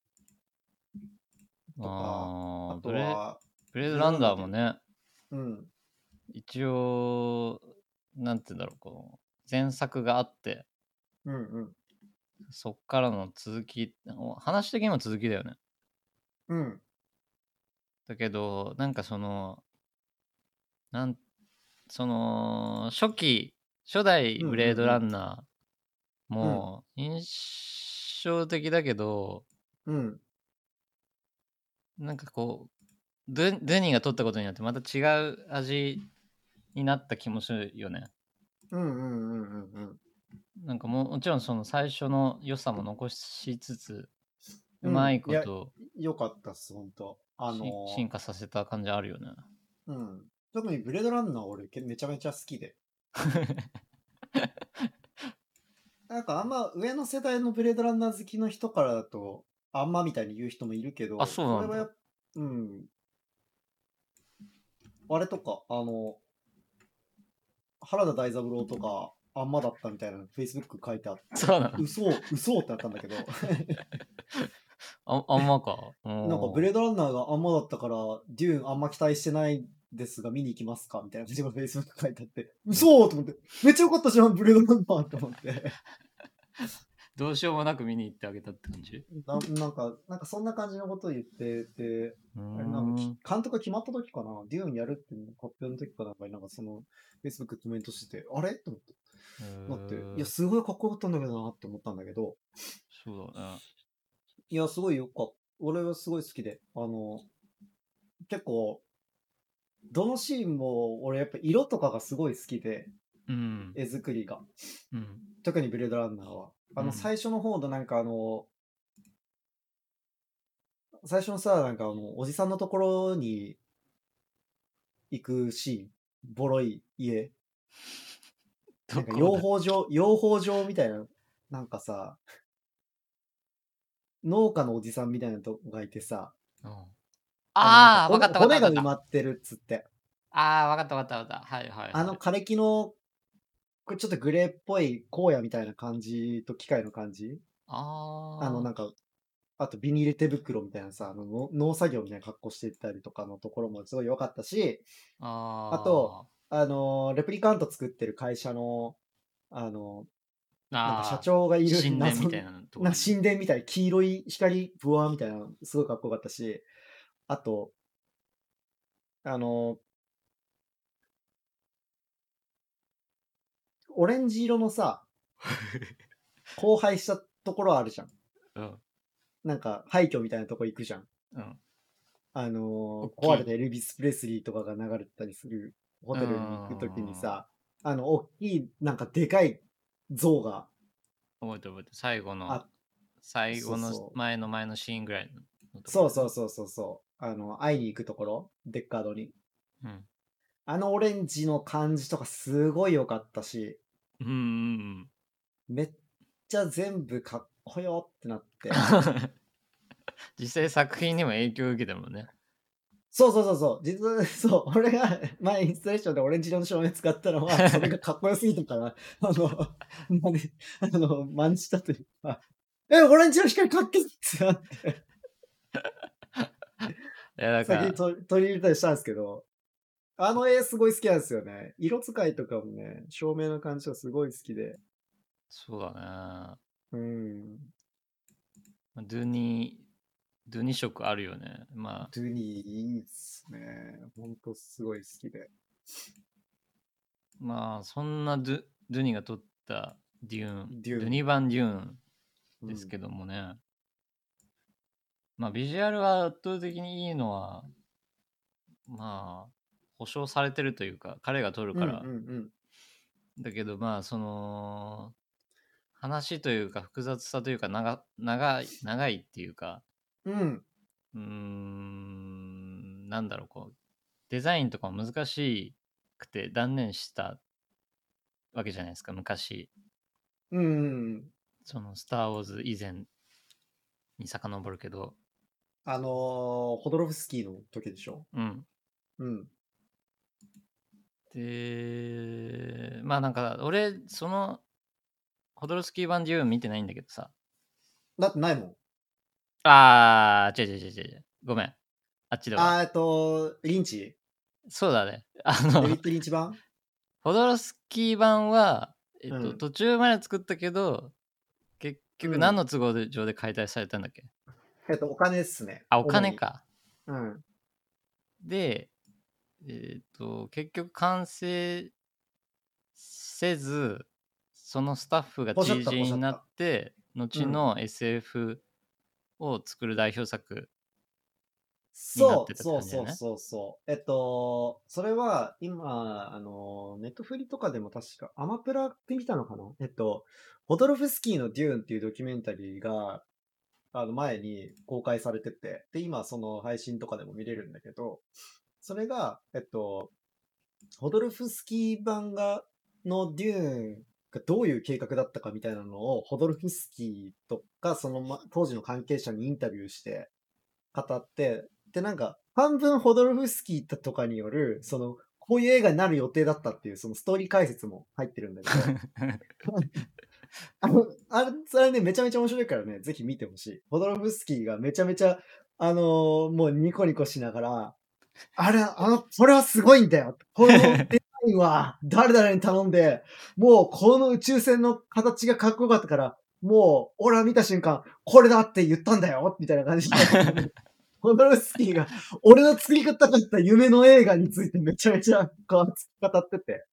とか、あああとブレは、ブレードランダーもね、うん、一応、なんて言うんだろう、こう、前作があって、うん、うん。そっからの続き、お話的にも続きだよね。うん、だけど、なんかその、なん、その、初期、初代ブレードランナーも印象的だけど、うん、なんかこう、ドゥドゥニーが撮ったことによってまた違う味になった気もするよね。うん、うん、うん、うんうん。なんかももちろんその最初の良さも残しつつ、ううんまいこいやとよかったっす、ほんと。あのし進化させた感じあるよね。うん。特にブレードランナー俺けめちゃめちゃ好き (laughs) で。なんかあんま上の世代のブレードランナー好きの人からだと、あんまみたいに言う人もいるけど、あそうなんだこれはやっうん。あれとか、あの、原田大三郎とか、あんまだったみたいなの、Facebook 書いてあって、そうなの嘘、嘘ってあったんだけど、 (laughs) ああんまか。(laughs) ななんかブレードランナーがあんまだったから、デューンあんま期待してないですが、見に行きますかみたいな感じの Facebook 書いてあって、嘘と思って、めっちゃ良かったじゃん、ブレードランナーと思って。どうしようもなく見に行ってあげたって感じななんか、なんかそんな感じのことを言ってて、うーあれなんかきん監督が決まった時かな、デューンやるっていう発表の時かなんかになんかその、Facebook コメントしてて、あれと思って、だって、いや、すごいかっこよかったんだけどなって思ったんだけど、そうだね。いや、すごいよかった。俺はすごい好きで、あの、結構、どのシーンも俺やっぱ色とかがすごい好きで、うん。絵作りが。うん。特にブレードランナーは。あうんの、最初の方のなんかあの、最初のさ、なんかあの、おじさんのところに行くシーン、ボロい家、なんか養蜂場、養蜂場みたいな、なんかさ、農家のおじさんみたいなとこがいてさ、ああー、のわなかんったわか骨った骨がわかっ埋た。まってるっつって、ああ、わかったわかったわかった。はいはいはい。あの枯れ木の、これちょっとグレーっぽい荒野みたいな感じと機械の感じあーあの、なんか、あとビニール手袋みたいなさ、あの農農作業みたいな格好してたりとかのところもすごい良かったし、あーあと、あのーレプリカント作ってる会社の、あのーなんあかー社長がいる神殿謎のみたいなとこな神殿みたいな黄色い光、ブワーみたいなのすごいかっこよかったし、あと、あのーオレンジ色の (laughs) さ、荒廃したところあるじゃん。うん。なんか廃墟みたいなとこ行くじゃん。うん。あのー大壊きいれたエルビス・プレスリーとかが流れてたりするホテルに行くときにさ、あの、大きい、なんかでかい像が、覚えてる覚えてる。最後のあ、最後そうそのう前の前のシーンぐらいの。そうそうそうそうそう、あの、会いに行くところ、デッカードに。う。うん。あのオレンジの感じとかすごい良かったし、うんうんめっちゃ全部かっこよってなってうん。実際作品にも影響を受けてもんね。そうそうそうそう。実は、そう、俺が前インスタレーションでオレンジ色の照明使ったのは、それがかっこよすぎたから、あの、まね、あの、真似したというか、え、オレンジの光かっけってなって、いや、だか先らに、取り取り入れたりしたんですけど、あの絵すごい好きなんですよね。色使いとかもね、照明の感じはすごい好きで。そうだね。まうん。あドゥニー、ドゥニー色あるよね。まあ、ドゥニーいいっすね。ほんとすごい好きで。まあそんなドゥドゥニが撮ったデューン。デュルーンニバン・デューンうんですけどもね。まあ、ビジュアルは圧倒的にいいのは、まあ、保証されてるというか、彼が撮るから。うんうんうんだけど、まあ、その、話というか、複雑さというか、長、長い、長いっていうか、うんうーん、なんだろう、こう、デザインとかも難しくて断念したわけじゃないですか、昔。うんうんその、スター・ウォーズ以前に遡るけど、あのーホドロフスキーの時でしょうん。うんで、まあなんか、俺、その、ホドロスキー版自由見てないんだけどさ。だってないもんあー、違う違う違う違う。ごめん。あっちであは。ーえっとリン (laughs) チそうだね。あデビのッ、ド・リンチ版ホドロスキー版は、えっと、うん途中まで作ったけど、結局何の都合で上で解体されたんだっけ、えっとお金っすねあ、お金か。主にうんで、えっと、結局完成せず、そのスタッフがポシャ知ッと人になって、後の SF を作る代 (laughs) 表作。になっそてうたってそ感うじだそようねそうそう。えっと、それは今、あの、ネットフリとかでも確かアマプラって見たのかなえっと、ホドロフスキーのデューンっていうドキュメンタリーが、あの前に公開されてて、で、今その配信とかでも見れるんだけど、それが、えっと、ホドロフスキー版が、のデューンがどういう計画だったかみたいなのを、ホドロフスキーとか、その、ま、 (laughs) 当時の関係者にインタビューして、語って、で、なんか、半分ホドロフスキーとかによる、その、こういう映画になる予定だったっていう、そのストーリー解説も入ってるんだけど、あの、あれ、それね、めちゃめちゃ面白いからね、ぜひ見てほしい。ホドロフスキーがめちゃめちゃ、あのーもうニコニコしながら、あれ、あの、それはすごいんだよ。このデザインは、 (laughs) 誰々に頼んで、もうこの宇宙船の形がかっこよかったから、もう、俺は見た瞬間、これだって言ったんだよみたいな感じで。ホドロフスキーが、俺の作り方だった夢の映画についてめちゃめちゃ語ってて。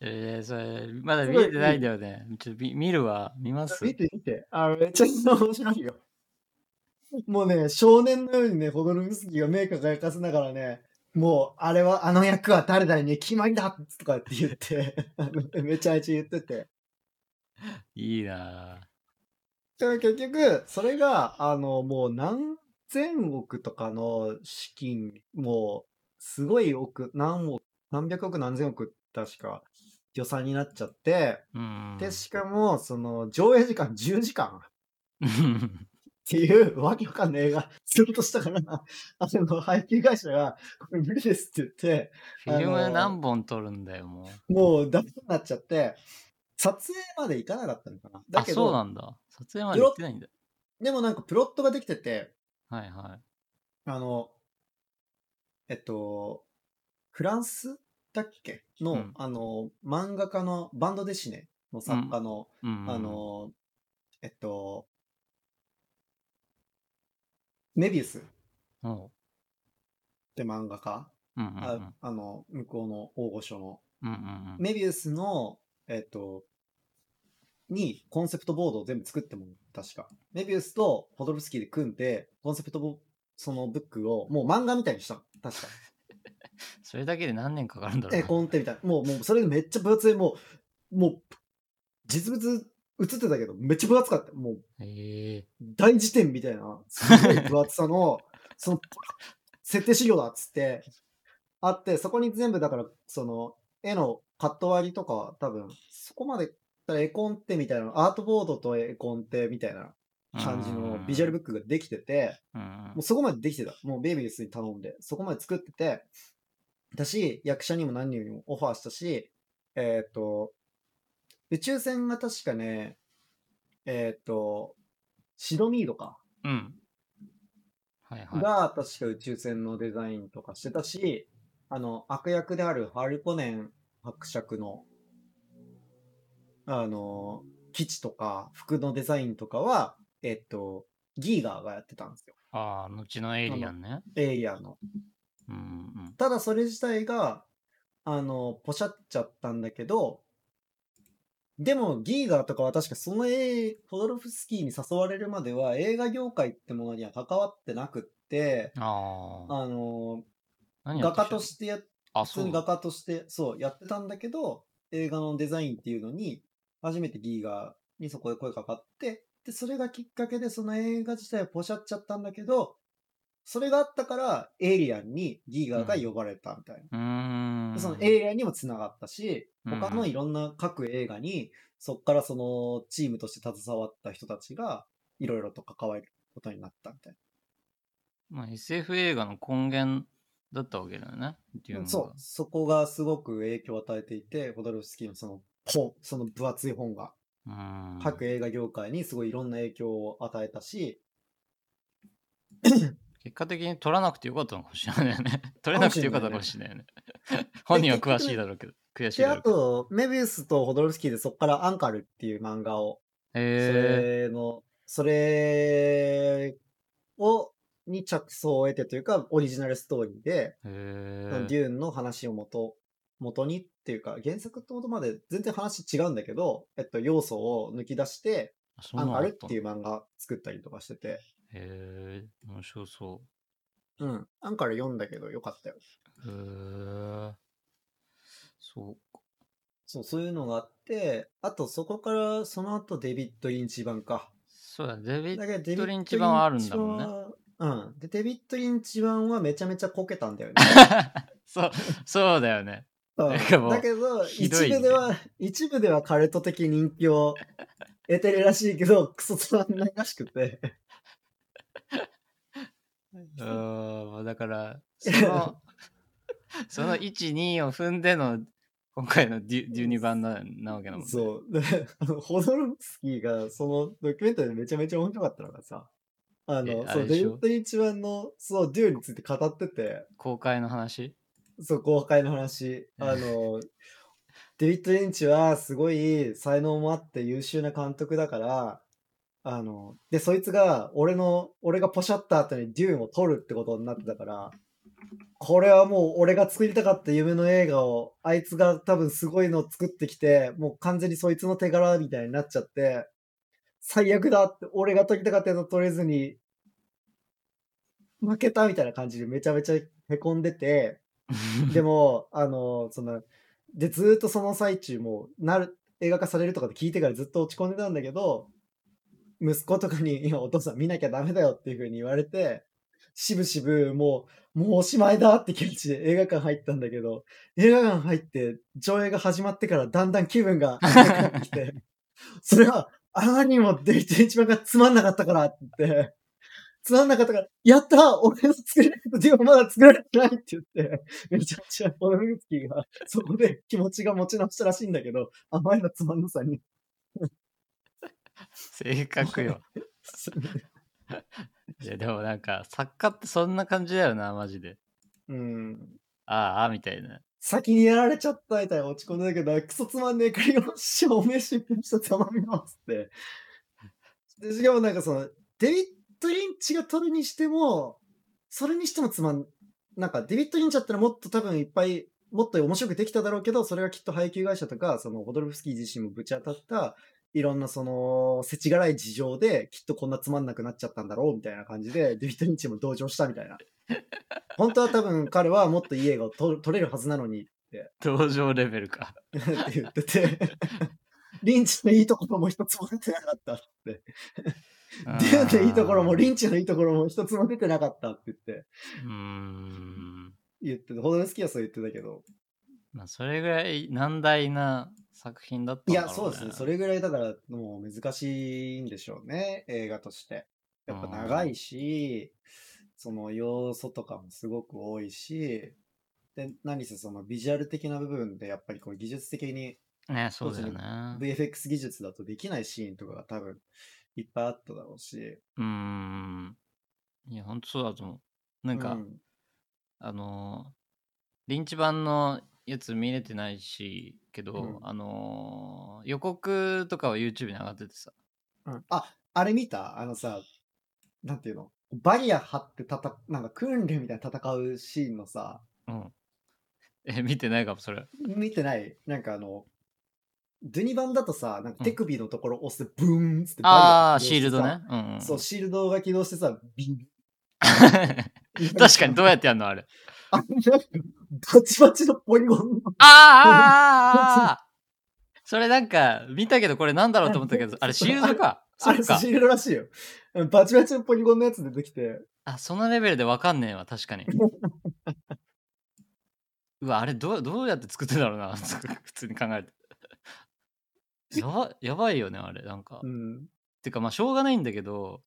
えー、それ、まだ見れてないんだよね。ちょっと見見るわ。見ます。見て見て。あの、めちゃめちゃ面白いよ。もうね、少年のようにね、ホドロフスキーが目輝かせながらね、もう、あれは、あの役は誰々に決まりだとかって言って、 (laughs) あのめちゃめちゃ言ってて。いいなぁだから結局、それが、あの、もう何千億とかの資金、もう、すごい億、何億、何百億、何千億、確か、予算になっちゃって、うん。で、 (laughs) しかも、その、上映時間10時間っていう、わけわかんない映画、作ろうとしたから、あの、配給会社が、これ無理ですって言って、フィルム何本撮るんだよ、もう。もうダメになっちゃって、撮影まで行かなかったのかな。だあ、けそうど、なんだ。撮影まで行ってないんだ。でもなんかプロットができてて、はいはあの、えっと、フランスだっけの、うんあの、漫画家のバンドデシネの作家の、い。うん、あ、の、えっと、メビウスっおうて漫画家、うんうんうん、ああの、向こうの大御所の、うんうんうんメビウスの、えっと、にコンセプトボードを全部作ってもらった確か。メビウスとホドルフスキーで組んで、コンセプトボ、そのブックをもう漫画みたいにしたの。確か。それだけで何年かかるんだろう絵な。コンテみたいな。もう、もう、それでめっちゃ分厚い、もう、もう、実物映ってたけど、めっちゃ分厚かった。もう、え大辞典みたいな、すごい分厚さの、その、設定資料だっつって、あって、そこに全部だから、その、絵のカット割りとか、多分、そこまで、だから絵コンテみたいな、アートボードと絵コンテみたいなー、感じのビジュアルブッックができてて、ク。もうそこまでできてた。もうベイビースに頼んで、そこまで作ってて、だし、役者にも何人にもオファーしたし、えっ、と、宇宙船が確かね、えっ、と、シドミードか。うん。うんはいはい。が確か宇宙船のデザインとかしてたし、あの、悪役であるハルコネン伯爵の、あの、基地とか服のデザインとかは、えっ、と、ギーガーがやってたんですよ。ああ、後のエイリアンね。エイリアンの。うんうんただそれ自体が、あの、ポシャっちゃったんだけど、でも、ギーガーとかは確かその絵、ホドロフスキーに誘われるまでは映画業界ってものには関わってなくって、ああ。あの、何や画ってる家としてやっ、あ、普通そにう画家として、そう、やってたんだけど、映画のデザインっていうのに、初めてギーガーにそこで声かかって、で、それがきっかけでその映画自体はポシャっちゃったんだけど、それがあったから、エイリアンにギーガーが呼ばれたみたいな。うーん。そのエイリアンにも繋がったし、うん他のいろんな各映画に、そっからそのチームとして携わった人たちが、いろいろと関わることになったみたいまあ、SF 映画の根源だったわけだよね。っていうのな。がそう、そこがすごく影響を与えていて、ホドロフスキーのその本、その分厚い本が、うーん。各映画業界にすごいいろんな影響を与えたし、結果的に取らなくてよかったのかもしれないよ (laughs) ね。取れなくてよかったのかもしれないよね。本人は詳しいだろう (laughs) けど、悔しいで、だろあうけど。と、メビウスとホドロフスキーでそこからアンカルっていう漫画をそえれの、それを、に着想を得てというか、オリジナルストーリーで、ー、デえュー。ーンの話をもと、元にっていうか、原作ってことまで全然話違うんだけど、えっと、要素を抜き出して、あそアんンなガのあルっったてのいへう漫画作ったりとかしてて、えー。面白そう。うん。アンカル読んだけどよかったよ。へーそうか。そう、そういうのがあって、あとそこから、その後デビッド・リンチ版か。そうだ、デビだッけどデド・リンチ版はあるんだもんね。ね。うん。で、デビッド・リンチ版はめちゃめちゃこけたんだよ (laughs) ね。 (laughs) そう、そうだよね。うんなんかもうだけど、ひどい一みたいな部では、一部ではカルト的人気を得てるらしいけど、クソつまんないらしくて。うーん、もうだから、そ (laughs) の、その1、2を踏んでの、今回のデ (laughs) ュデュニ版ななわけなもんね。そう。で (laughs) あのホドロフスキーが、そのドキュメンタリーでめちゃめちゃ面白かったのがさ、あえの、あそれう、でデビしょッド・リンチ版の、そう、デューについて語ってて、公開の話そう、公開の話、あの、デビッド・リンチはすごい才能もあって優秀な監督だから、あの、で、そいつが、俺の、俺がポシャった後にデューンを撮るってことになってたから、これはもう俺が作りたかった夢の映画を、あいつが多分すごいのを作ってきて、もう完全にそいつの手柄みたいになっちゃって、最悪だって、俺が撮りたかったやつを撮れずに、負けたみたいな感じでめちゃめちゃ凹んでて、 (laughs) でも、あの、その、で、ずーっとその最中も、なる、映画化されるとかって聞いてからずっと落ち込んでたんだけど、息子とかに、今お父さん見なきゃダメだよっていう風に言われて、しぶしぶ、もう、もうおしまいだって気持ちで映画館入ったんだけど、映画館入って、上映が始まってからだんだん気分が (laughs) 上がってきて、それは、あまりにもデイト一番がつまんなかったからって言って、つまんなかったから、やったー俺の作れないと、ディオまだ作られてないって言って、めちゃくちゃポドルスキーが、そこで気持ちが持ち直したらしいんだけど、あまりのつまんなさに。性格 (laughs) よ。いや、でもなんか、作家ってそんな感じだよな、マジで。うん。ああ、ああ、みたいな。先にやられちゃったみたいな落ち込んだけど、クソつまんねえからよっしゃ、おめえ出品したつまみよ、つって。で、しかもなんかその、デビッド・リンチが撮るにしても、それにしてもつまん、なんかデビッド・リンチだったらもっと多分いっぱい、もっと面白くできただろうけど、それがきっと配給会社とか、その、ホドルフスキー自身もぶち当たった、いろんなその、世知辛い事情で、きっとこんなつまんなくなっちゃったんだろう、みたいな感じで、デビッド・リンチも同情したみたいな。本当は多分彼はもっといい映画を撮撮れるはずなのに同情レベルか。って言ってて、リンチのいいところも一つも出てなかったって。デューンのいいところもリンチのいいところも一つも出てなかったって言って、うーん。言ってて、ほど好きはそう言ってたけど。まあ、それぐらい難題な作品だったいんだろや、そうですね。それぐらいだから、もう難しいんでしょうね、映画として。やっぱ長いし、その要素とかもすごく多いし、で、何せそのビジュアル的な部分で、やっぱりこう技術的にね、そうだよね。 VFX 技術だとできないシーンとかが多分いっぱいあっただろうし。うーん。いや、ほんとそうだと思う。なんか、うあのーリンチ版のやつ見れてないし、けど、うんあのー予告とかは YouTube に上がっててさ。うんあ、あれ見たあのさ、なんていうのバリア張ってたた、なんか訓練みたいな戦うシーンのさ、 (laughs) うん。え、見てないかも、それ。見てないなんかあの、ドゥニ版だとさ、なんか手首のところ押して、ブーンっつってバンがああ、起動シーしてルさドね。。うん、うん。 (laughs) そう、シールドが起動してさ、ビン。確かに、どうやってやるのあれ。あなんかバチバチのポリゴ (laughs) ンのあーあーあーあーあーそれなんか、見たけど、これなんだろうと思 (laughs) ったけど、あれシールドか。そあっれか。シールドらしいよ。うんバチバチのポリゴンのやつ出てきて、あ、そのレベルでわかんねえわ、確か (laughs) に。うわ、あれどう、どうやって作ってんだろうな、 (laughs) 普通に考えて。やばやばいよね、あれ、なんか。うん。てかまあしょうがないんだけど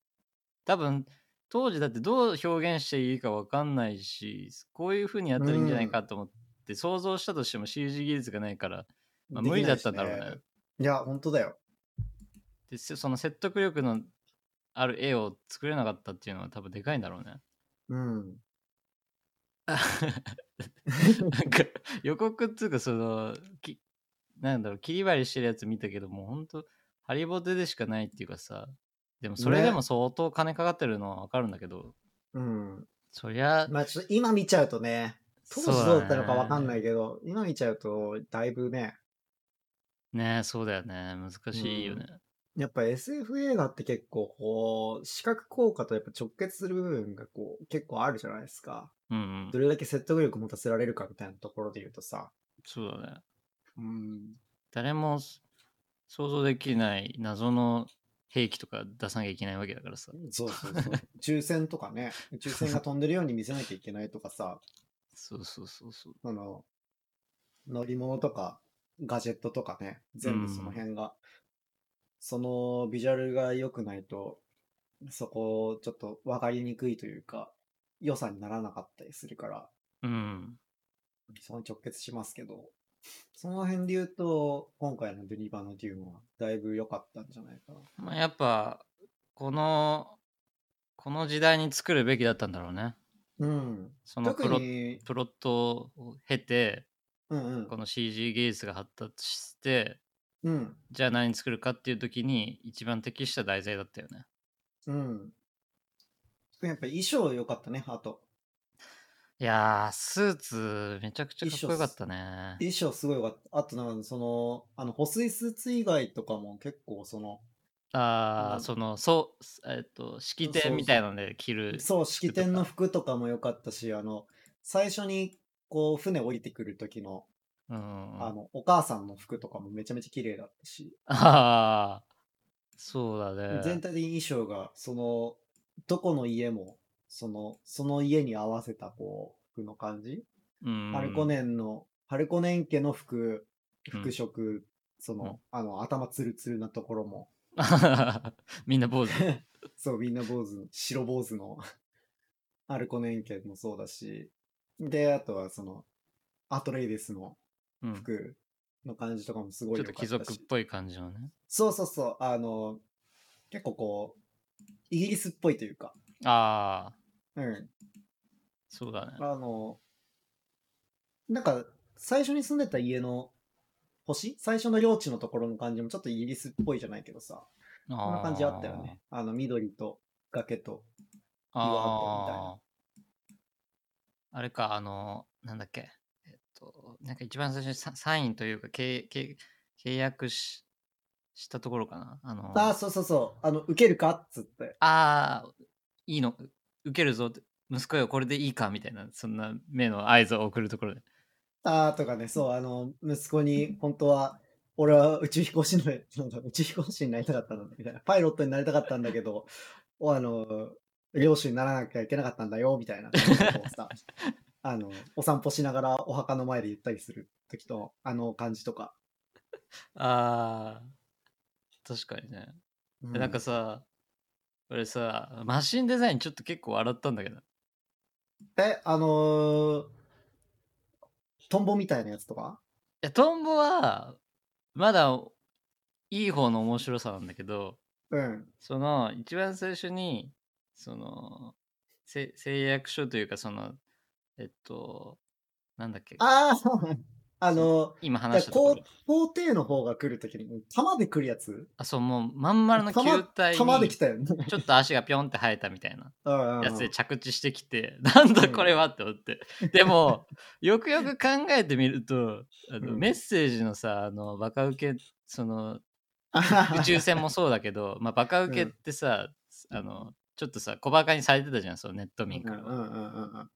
多分当時だってどう表現していいか分かんないしこういう風にやったらいいんじゃないかと思って想像したとしても CG 技術がないから、まあ、できな無いしね理だったんだろうね。いや、本当だよ。でせその説得力のある絵を作れなかったっていうのは多分でかいんだろ (laughs) うねうん。なんか予告っつうかそのきなんだろう切り張りしてるやつ見たけどもうほんとハリボテでしかないっていうかさでもそれねでも相当金かかってるのは分かるんだけど、うん。そりゃまあちょっと今見ちゃうとね、当時どうだったのかわかんないけど、今見ちゃうと、だいぶね、ねえ、そうだよね。難しいよね。やっぱ SF 映画って結構こう、視覚効果とやっぱ直結する部分がこう、結構あるじゃないですか。うん、うん、どれだけ説得力持たせられるかみたいなところで言うとさ、そうだね。うん。誰もす想像できない謎の兵器とか出さなきゃいけないわけだからさ。そうそうそう。抽選とかね、抽選が飛んでるように見せなきゃいけないとかさ、そうそうそうそう。その、乗り物とか、ガジェットとかね、全部その辺が、そのビジュアルが良くないと、そこ、ちょっと分かりにくいというか、良さにならなかったりするから、うん。その直結しますけど、その辺で言うと、今回のデリバーのデューンは、だいぶ良かったんじゃないかな。まあ、やっぱ、この、この時代に作るべきだったんだろうね。うん。その特プロに、プロットを経て、うんうんこ。の CG 技術が発達して、うん。じゃあ何作るかっていう時に一番適した題材だったよね。うん。やっぱ衣装良かったね、あと。いやー、スーツめちゃくちゃかっこよかったね。衣装すごい良かった。あとなんかその、あの、保水スーツ以外とかも結構その、あうあ、んその、そう、すえっと、式そうそう典みたいなので着る。そう、式典の服とかも良かったし、あの、最初にこう、船降りてくる時の、うん。ああの、お母さんの服とかもめちゃめちゃ綺麗だったし、あー、そうだね。全体的に衣装が、その、どこの家も、その、その家に合わせたこう、服の感じ、うん。ハルコネンの、ハルコネン家の服、うん服飾、その、うんあの、頭ツルツルなところも、 (laughs) みんな坊主。そう、みんな坊主、白坊主のアルコネン家もそうだし、で、あとはその、アトレイデスのうん (laughs) ち服の感じとかもすごい良ょっかとった貴し、族っぽい感じのね。そうそうそう、あの、結構こう、イギリスっぽいというか、ああ、うん、そうだね。あの、なんか、最初に住んでた家の星最初の領地のところの感じもちょっとイギリスっぽいじゃないけどさ、ここんな感じあったよね。。あの、緑と崖と。岩手みたいなああ。あれか、あの、なんだっけ。えっと、なんか一番最初にササインというか、契契契約ししたところかな。あのああ、そうそうそう。あの、受けるかっつって。ああ、いいの、受けるぞって、息子よ、これでいいかみたいな、そんな目の合図を送るところで。ああとかね、そう、あの、息子に、本当は、俺は宇宙飛行士の、なんか宇宙飛行士になりたかったんだ、みたいな。パイロットになりたかったんだけど、おあの、漁師にならなきゃいけなかったんだよ、みたいな。こう (laughs) さあの、お散歩しながらお墓の前で言ったりする時と、あの感じとか。ああ、確かにね。うでなんか、さ、俺さ、マシンデザインちょっと結構笑ったんだけど。え、あのートンボみたいなやつとかいや、トンボは、まだ、いい方の面白さなんだけど、うん。その、一番最初に、その、せ誓約書というか、その、えっと、なんだっけ。ああ、あの、今じゃ話あしたとこ皇ろ皇帝の方が来るときに、玉で来るやつあそうもうまん丸の球体に玉で来たよね。ちょっと足がピョンって生えたみたいなうんうんやつで着地してきて、 (laughs) なんだこれはって思って。でも、よくよく考えてみると、あのうんメッセージのさ、あの、バカウケ、その、 (laughs) 宇 (laughs) 宇宙船もそうだけど、まあ、バカウケってさ、あの、ちょっとさ、小バカにされてたじゃん、そのネット民から。うんうんうんうんうんっ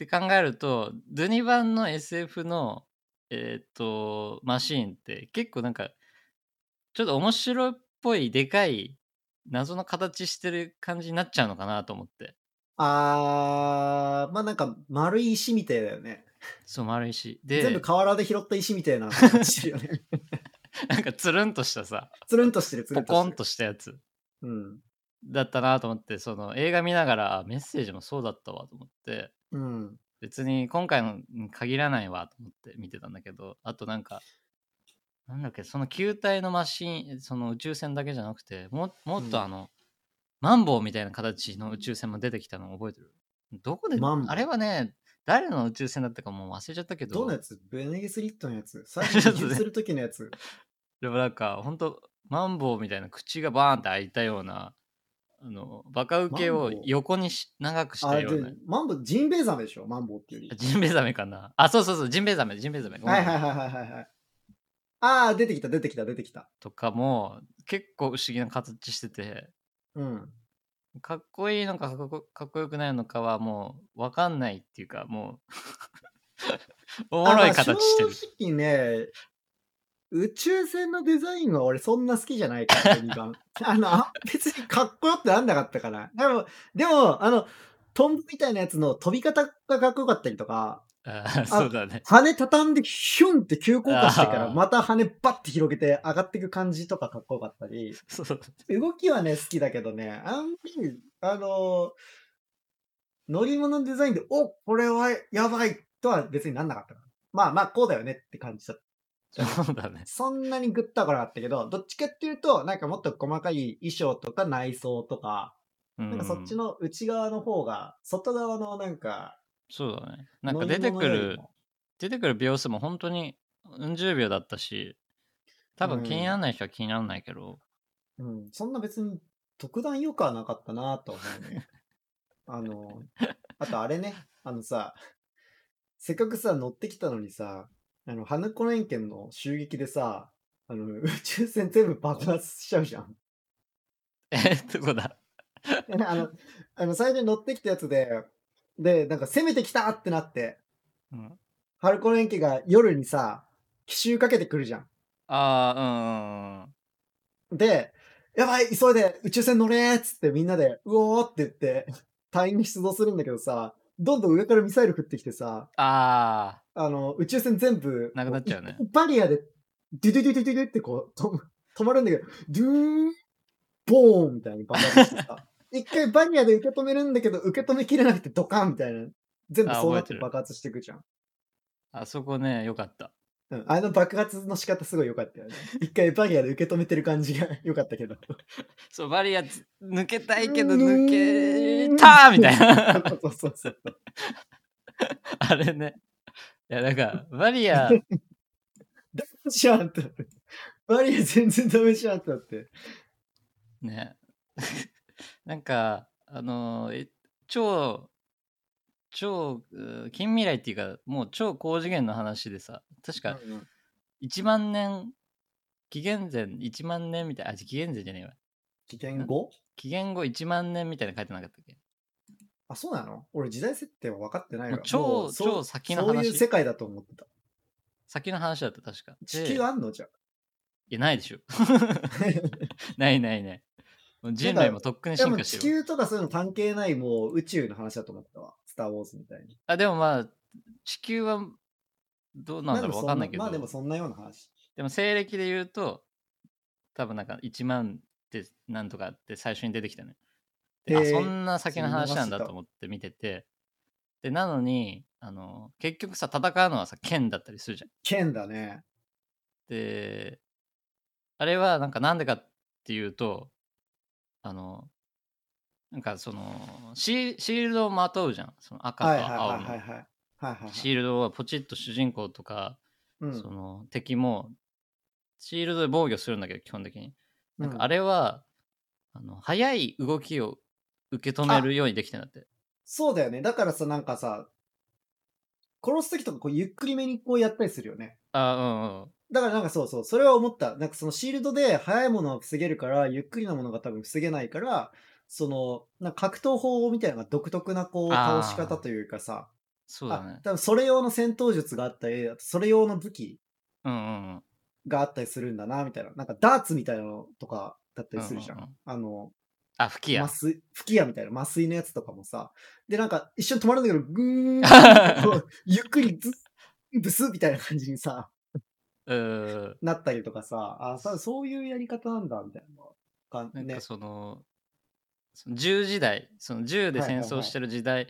て考えると、ドゥニ版の SF の、えーっと、マシーンって結構なんか、ちょっと面白いっぽい、でかい、謎の形してる感じになっちゃうのかなと思って。あー、まあなんか丸い石みたいだよね。そう、丸いし。で、全部河原で拾った石みたいな感じしてるよ (laughs) ね。なんかつるんとしたさ、つるんとして (laughs) る、つるポんコとしてンとしたやつる。うん。だったなと思って、その映画見ながら、あメッセージもそうだったわと思って、うん。別に今回のに限らないわと思って見てたんだけど、あとなんか、なんだっけ、その球体のマシン、その宇宙船だけじゃなくて、ももっうとんあの、マンボウみたいな形の宇宙船も出てきたの覚えてるどこでマンボウあれはね、誰の宇宙船だったかもう忘れちゃったけど、どのやつベネゲスリットのやつ最初に移住するときのやつ。でもなんか本当マンボウみたいな口がバーンって開いたようなあのバカウケをマンボウ横にし長 (laughs) くしあたれようなで、マンボウ、ジンベエザメでしょマンボウっていうより。ジンベエザメかなあそうそうそうジンベエザメジンベエザメ、ごめんはいはいはいはいはいはい。ああ、出てきた出てきた出てきた。とかも結構不思議な形しててうん。かっこいいのかかっこかっこよくないのかはもう分かんないっていうかも (laughs) うおもろい形してあるまあ正直ね、宇宙船のデザインは俺そんな好きじゃない (laughs) から、2番。あの、あ別にかっこよくなんなかったから。でも、でも、あの、トンボみたいなやつの飛び方がかっこよかったりとか、あーそうだね羽畳んでヒュンって急降下してかあら、ーまた羽バッて広げて上がっていく感じとかかっこよかったり。 (laughs) そう動きはね、好きだけどね、あんまり、あのー乗り物のデザインで、おこれはやばいとは別になんなかったから。まあまあ、こうだよねって感じだった。そうだねそんなにグッとは来なかったけど、どっちかっていうと、なんかもっと細かい衣装とか内装とか、な (laughs) なんかそっちの内側の方が、外側のなんか、そうだねなんか出てく乗り物よるりも出てくる秒数も本当にうん十秒だったし多分気にならない人は気にならないけど、 (laughs) うん、そんな別に特段良くはなかったなとは思うね。あの、あとあれね、あのさ、せっかくさ、乗ってきたのにさ、あの、花子連剣の襲撃でさ、あの、宇宙船全部爆発しちゃうじゃん。えどこだあの、あの、最初に乗ってきたやつで、で、なんか攻めてきたってなって、うん春子連携が夜にさ、奇襲かけてくるじゃん。あで、やばい、急いで宇宙船乗れーっつってみんなで、うおーって言って、隊員に出動するんだけどさ、どんどん上からミサイル降ってきてさ、あうんああの、宇宙船全部、なくなっちゃうねこバリアで、ドゥドゥドゥドゥドゥドゥってこう、と止まるんだけど、ドゥーン、ボーンみたいに爆発して (laughs) さ、一回バリアで受け止めるんだけど、受け止めきれなくてドカンみたいな。全部そうなってあ覚えてる爆発していくじゃん。ああそこねよかったうん、あの爆発の仕方すごい良かったよね。一回バリアで受け止めてる感じが良かった (laughs) けど。そうバリアつ抜けたいけど抜けたみたいな (laughs) そうそうそう。あれねいやなんかバリアダメじゃんってなって。バリア全然ダメじゃんってなって。ね (laughs) なんかあのーえ超超うー近未来っていうかもう超高次元の話でさ確か1万年紀元前1万年みたいなあ紀元前じゃねえわ危険語紀元後1万年みたいなの書いてなかったっけあ、そうなの俺時代設定は分かってないわ。もう超もうそう超先の話そういう世界だと思ってた。先の話だった確かで地球あんのじゃん。いやないでしょ (laughs) ないないないもう人類もとっくでに進も化地してるわ球とかそういうの関係ないもう宇宙の話だと思ったわ。スター・ウォーズみたいに。あでもまあ地球はどうなんまあだろうでもそわかんないけどまあでもそんなような話。でも西暦で言うと、多分なんか1万ってなんとかって最初に出てきたのよ。であへーそんな先の話なそんんな話だだと思って見てて、で、なのに、あの、結局さ、戦うのはさ、剣だったりするじゃん。剣だね。で、あれはなんかなんでかっていうと、あの、なんかそのシー、シールドをまとうじゃん。その赤はいとはい青はいはいのはい。はいはいはいシールドはポチッと主人公とかうん。その敵もシールドで防御するんだけど基本的になんかあれれは、あの速い動きを受け止めるようにできてんだってそうだよね。だからさ、なんかさ、殺す時とかこうゆっくりめにこうやったりするよね。あうんうんだからなんかそうそう、それは思った。なんかそのシールドで速いものは防げるから、ゆっくりなものが多分防げないから、その、なんか格闘法みたいなのが独特なこうあ倒ーし方というかさ、そうだねあ多分それ用の戦闘術があったり、あとそれ用の武器うんうんうんがあったりするんだな、みたいな。なんかダーツみたいなのとかだったりするじゃん。うんうんうんあの、あ吹きや麻酔、吹き矢みたいな麻酔のやつとかもさ。で、なんか一緒に止まるんだけど、ぐー (laughs) んこう、ゆっくりず、ブスみたいな感じにさ、うーなったりとかさ、あ、多分そういうやり方なんだ、みたいな感なじんねか。そのその銃時代その銃で戦争してる時代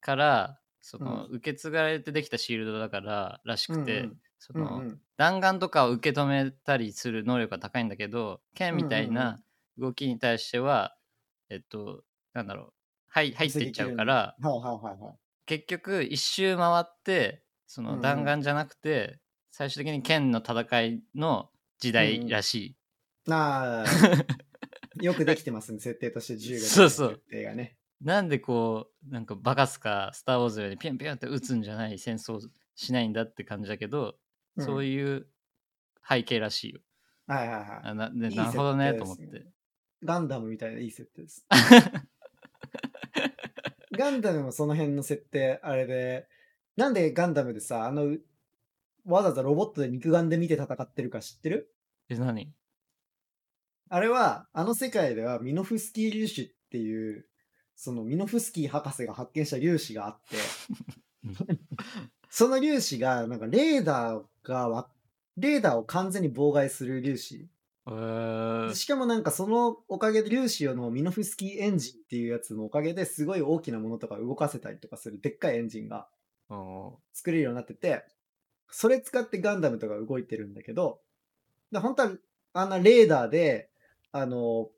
から、その受け継がれてできたシールドだかららしくて、うんうんそうの、んうん弾丸とかを受け止めたりする能力が高いんだけど剣みたいうんうんな動きに対しては、えっとなんだろうはい入っていっちゃうからはいはいはいはい。結局一周回ってそうんうのん弾丸じゃなくて、最終的に剣の戦いの時代らしなあ、(laughs) い、よくできてますね、設定として銃が。そうそう設定がね。なんでこうなんかバカすか「スター・ウォーズ」よりピュンピュンって撃つんじゃない戦争しないんだって感じだけど、そういいう背景らしいようん。はいはいはい。あなでいいなるほどね設定と思っですねてガンダムみたいないい設定 (laughs) です。ガンダムもその辺の設定、あれで、なんでガンダムでさ、あの、わざわざロボットで肉眼で見て戦ってるか知ってるえ何あれは、あの世界ではミノフスキー粒子っていう、そのミノフスキー博士が発見した粒子があって、その粒子が、なんかレーダーがわ、レーダーを完全に妨害する粒子えーでしかもなんかそのおかげで粒子のミノフスキーエンジンっていうやつのおかげですごい大きなものとか動かせたりとかするでっかいエンジンがお作れるようになっててそれ使ってガンダムとか動いてるんだけどで本当はあんなレーダーであの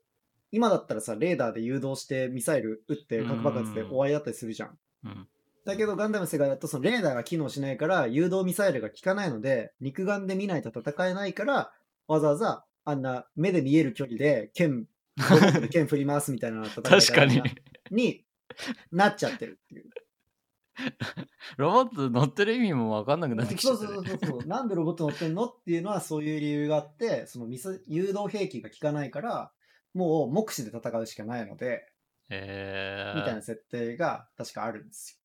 今だったらさレーダーで誘導してミサイル撃って核爆発で終わりだったりするじゃん。ーうんだけどガンダムの世界だとそのレーダーが機能しないから誘導ミサイルが効かないので肉眼で見ないと戦えないからわざわざあんな目で見える距離で (laughs) 剣ロボットで剣振り回すみたいな戦い確かに方になっちゃってるっていう。ロボット乗ってる意味も分かんなくなってきちそうゃっそたうそうねそうそう。なんでロボット乗ってんのっていうのはそういう理由があってそのミス誘導兵器が効かないからもう目視で戦うしかないのでえみたいーな、設定が確かあるんですよ。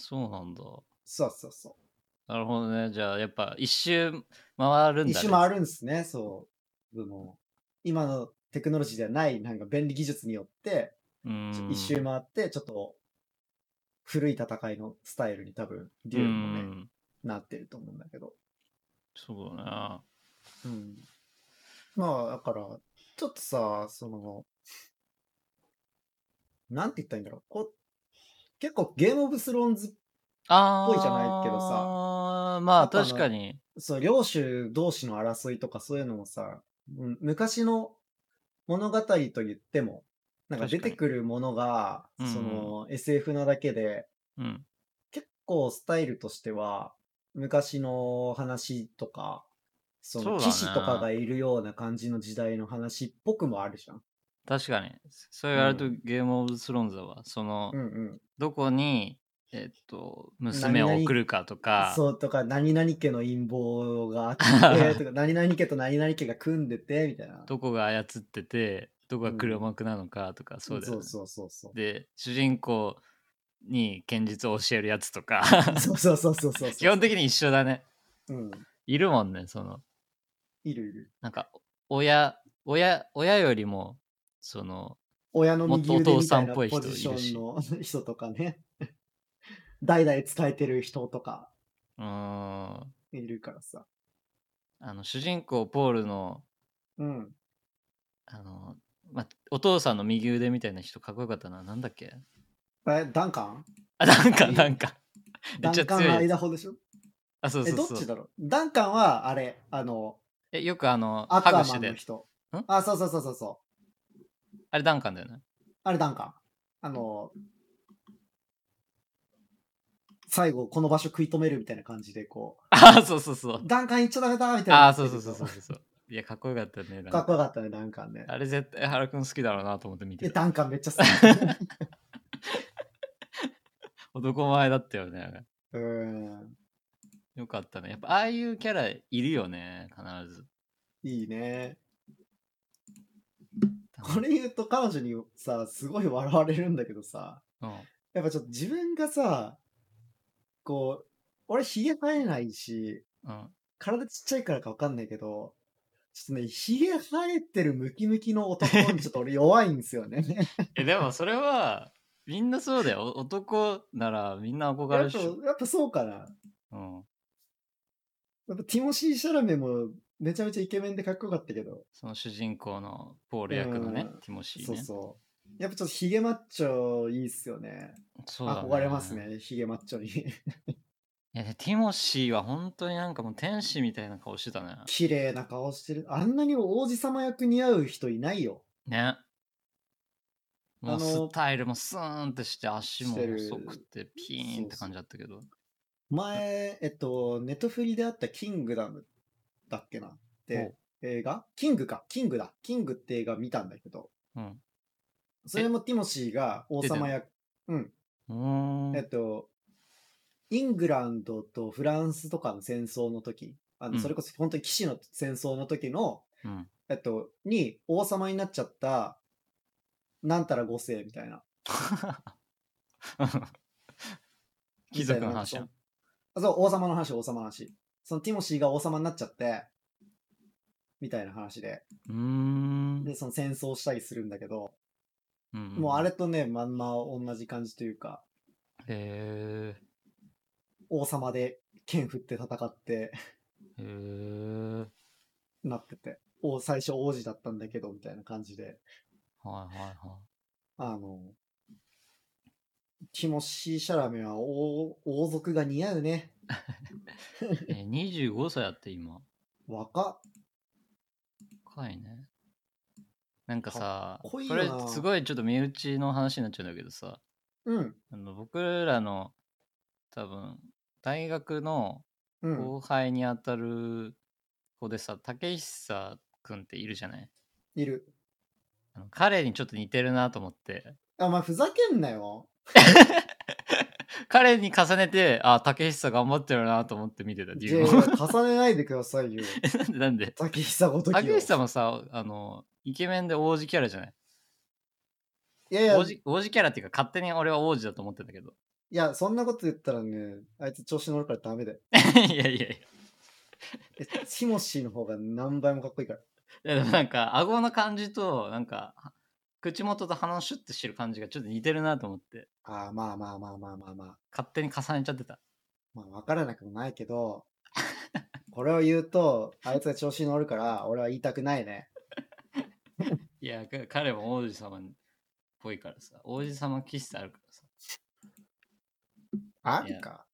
そうなんだそうそうそなるほどねじゃあやっぱ一周回るう。んだ、ね、一周回るんですね、そう。でも今のテクノロジーではないなんか便利技術によってちうょん一周回ってちょっと古い戦いのスタイルに多分デュエルもね、うんなってると思うんだけど。そうだなうん、まあだからちょっとさそのなんて言ったらいいんだろうこう結構ゲームオブスローンズあーぽいじゃないけどさまやあっぱあの確かにそう領主同士の争いとかそういうのもさうん昔の物語と言ってもなんか出確かてにくるものがうんうんその SF なだけでうん結構スタイルとしては昔の話とかそそうのだ騎ね士とかがいるような感じの時代の話っぽくもあるじゃん。確かにそう言われると、うゲームオブスローンズだわその、うんうん、どこにえっと娘を送るかとかそうとか、何々家の陰謀があって、 (laughs) とか、何々家と何々家が組んでて、みたいな。どこが操っててどこが黒幕なのかとか、そうだよねそうそうそうそう。で主人公に剣術を教えるやつとかそうそうそうそうそう。 (laughs) 基本的に一緒だねうん。いるもんねそのいるいる。なんか親親親よりもその親の右もっと腕お父みさたんいっなぽポい人いるジしションの人とかね。 (laughs) 代々伝えてる人とかうーんあいるからさ。の主人公ポールのうん。あの、ま、お父さんの右腕みたいな人かっこよかったななんだっけえ、ダンカンあなんかなんかめダっちゃンカ強いンやつ間ほどでしょあそうえ、そどうっそちうだろうダンカンは、あれ、あの、えよくあのアクハアグマしてンたやのつ人ん。あ、そうそうそうそうそう。あれダンカンだよね (laughs) あれダンカン。あの、最後この場所食い止めるみたいな感じでこああ、そうそうそうう。段階いっちゃダメだみたいなああ、そうそうそうそうそう。いや、かっこよかったね。なんかっかこよかったねダンカンねあれ絶対原くん好きだろうなと思って見いやてた。ダンカンめっちゃ好き (laughs) 男前だったよね。うーんよかったね。やっぱああいうキャラいるよね、必ず。いいねこれ言うと彼女にさすごい笑われるんだけどさうん。やっぱちょっと自分がさこう俺ひげ生えないしうん。体ちっちゃいからかわかんないけどちょっとねひげ生えてるムキムキの男にちょっと俺弱いんですよねえ、でもそれは、みんなそうだよ。お男ならみんな憧れやるっっしぱょ。やっぱそうかなうん。やっぱティモシー・シャラメもめちゃめちゃイケメンでかっこよかったけど、その主人公のポール役のねうん、ティモシーそうね。そう。やっぱちょっとヒゲマッチョいいっすよね。そうだ憧れます。ね、ヒゲマッチョ (laughs) に。いや、でティモシーは本当になんかもう天使みたいな顔してたね。綺麗な顔してる。あんなに王子様役似合う人いないよ。ね。もあうのスタイルもスーンってして足もしてる細くてピーンって感じだったけど。前、えっと、ネットフリであったキングダムだっけなって映画キングか。キングだ。キングって映画見たんだけど、うん。それもティモシーが王様役、うーんえっと、イングランドとフランスとかの戦争の時、あうのんそれこそ本当に騎士の戦争の時の、うん。えっと、に王様になっちゃった、なんたら五世みたいな。 (laughs) 貴族のみたいな。話やなんかそそう、王様の話、王様の話。そのティモシーが王様になっちゃって、みたいな話で。うーん。で、その戦争したりするんだけど、うんもうあれとね、まんま同じ感じというか、へ王様で剣振って戦って、え。へえ。なってて、お最初王子だったんだけど、みたいな感じで。はいはいはあの、ティモシー・シャラメは王王族が似合うね。い。え、25歳やって今。若っ。若いね。なんかさ、かっこいいこよなれすごいちょっと身内の話になっちゃうんだけどさ、うん、あの僕らの多分、大学のうん。後輩にあたる子でさ、竹久くんっているじゃないいる。あの彼にちょっと似てるなと思って、あ、お前ふざけんなよ。彼に重ねて、あ、竹久頑張ってるなと思って見てた、自じゃ分を。あ重ねないでください (laughs) よ。なんでなんで竹久ごときを。竹内さんもさ、あの、イケメンで王子キャラじゃないいやいや、王い子王子キャラっていうか、勝手に俺は王子だと思ってたけど。 (laughs) や、そんなこと言ったらね、あいつ調子乗るからダメだよ。いやいやいえティモシーの方が何倍もかっこいいから。や。いやでもなんか、顎の感じと、なんか、口元と鼻をシュッとしてる感じがちょっと似てるなと思って、あーまあまあまあまあまあまあ。勝手に重ねちゃってた。まあ、わからなくもないけど、これを言うと、あいつが調子乗るから、俺は言いたくないね。いや、か彼も王子様っぽいからさ、王子様気質あるかあるか。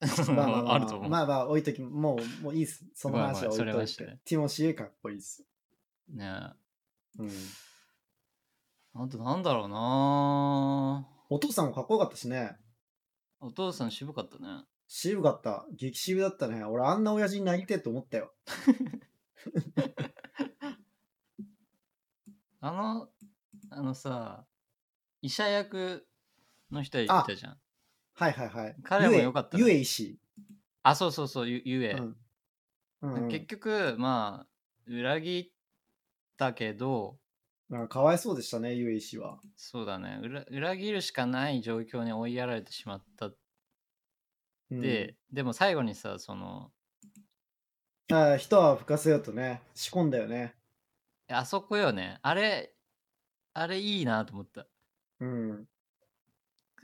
ら (laughs) さ。まあまあまあ、 (laughs) あると思う。まあまあ、置いとき、もう、もういいっす。その話は置いまあまとあいそれはしてて。ティモシーかっこいいっす。ねえうん。あとなんだろうなお父さんもかっこよかったしね。お父さん渋かったね。渋かった。激渋だったね。俺、あんな親父になりてえと思ったよ。あの、あのさ、医者役の人いたじゃん。はいはいはい。彼もよかったねゆえ、ゆえ石。あ、そうそうそう、ゆゆえ。うん。うんうん結局、まあ、裏切ったけど、なんかかわいそうでしたね、ゆえ石は。そうだね裏、裏切るしかない状況に追いやられてしまったっうんて、でも最後にさ、その、ああ、一泡吹かせようとね、仕込んだよね。あそこよね、あれ、あれいいなと思った。うん。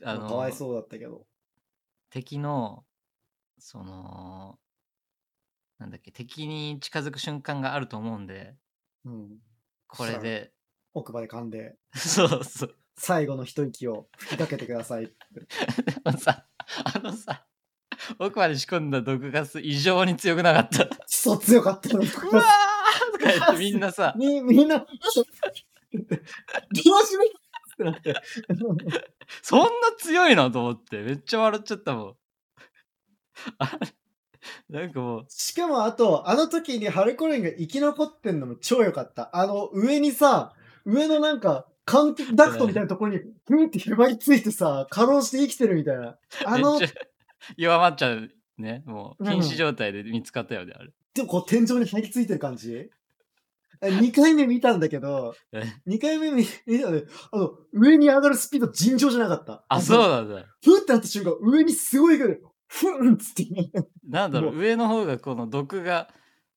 あかわのい、そうだったけど。敵の、その、なんだっけ、敵に近づく瞬間があると思うんで、うん。これで、 (laughs) 奥歯で噛んで、そうそう。最後の一息を吹きかけてください。あのさ、あのさ、奥まで仕込んだ毒ガス異常に強くな (laughs) かった。クソ強かったね。うわー (laughs) とか言ってみん (laughs) なさ、み、みんな、どうしようってなって。そんな強いなと思って、めっちゃ笑っちゃったもん。あれなんかもう、しかもあと、あの時にハルコレンが生き残ってんのも超良かった。あの、上にさ、上のなんか、換気ダクトみたいなところに、ふんってへばりついてさ、過労して生きてるみたいな。あのめっ、ちゃ弱まっちゃうね。もう、うん瀕死状態で見つかったよね、あれ。でもこう天井に張り付いてる感じ2回目見たんだけど (laughs) え、 2回目見見たので、あの、上に上がるスピード尋常じゃなかった。あ、そううなんだ。ふってなった瞬間、上にすごい勢いで、ふんっつって、なんだろもう、上の方がこの毒が、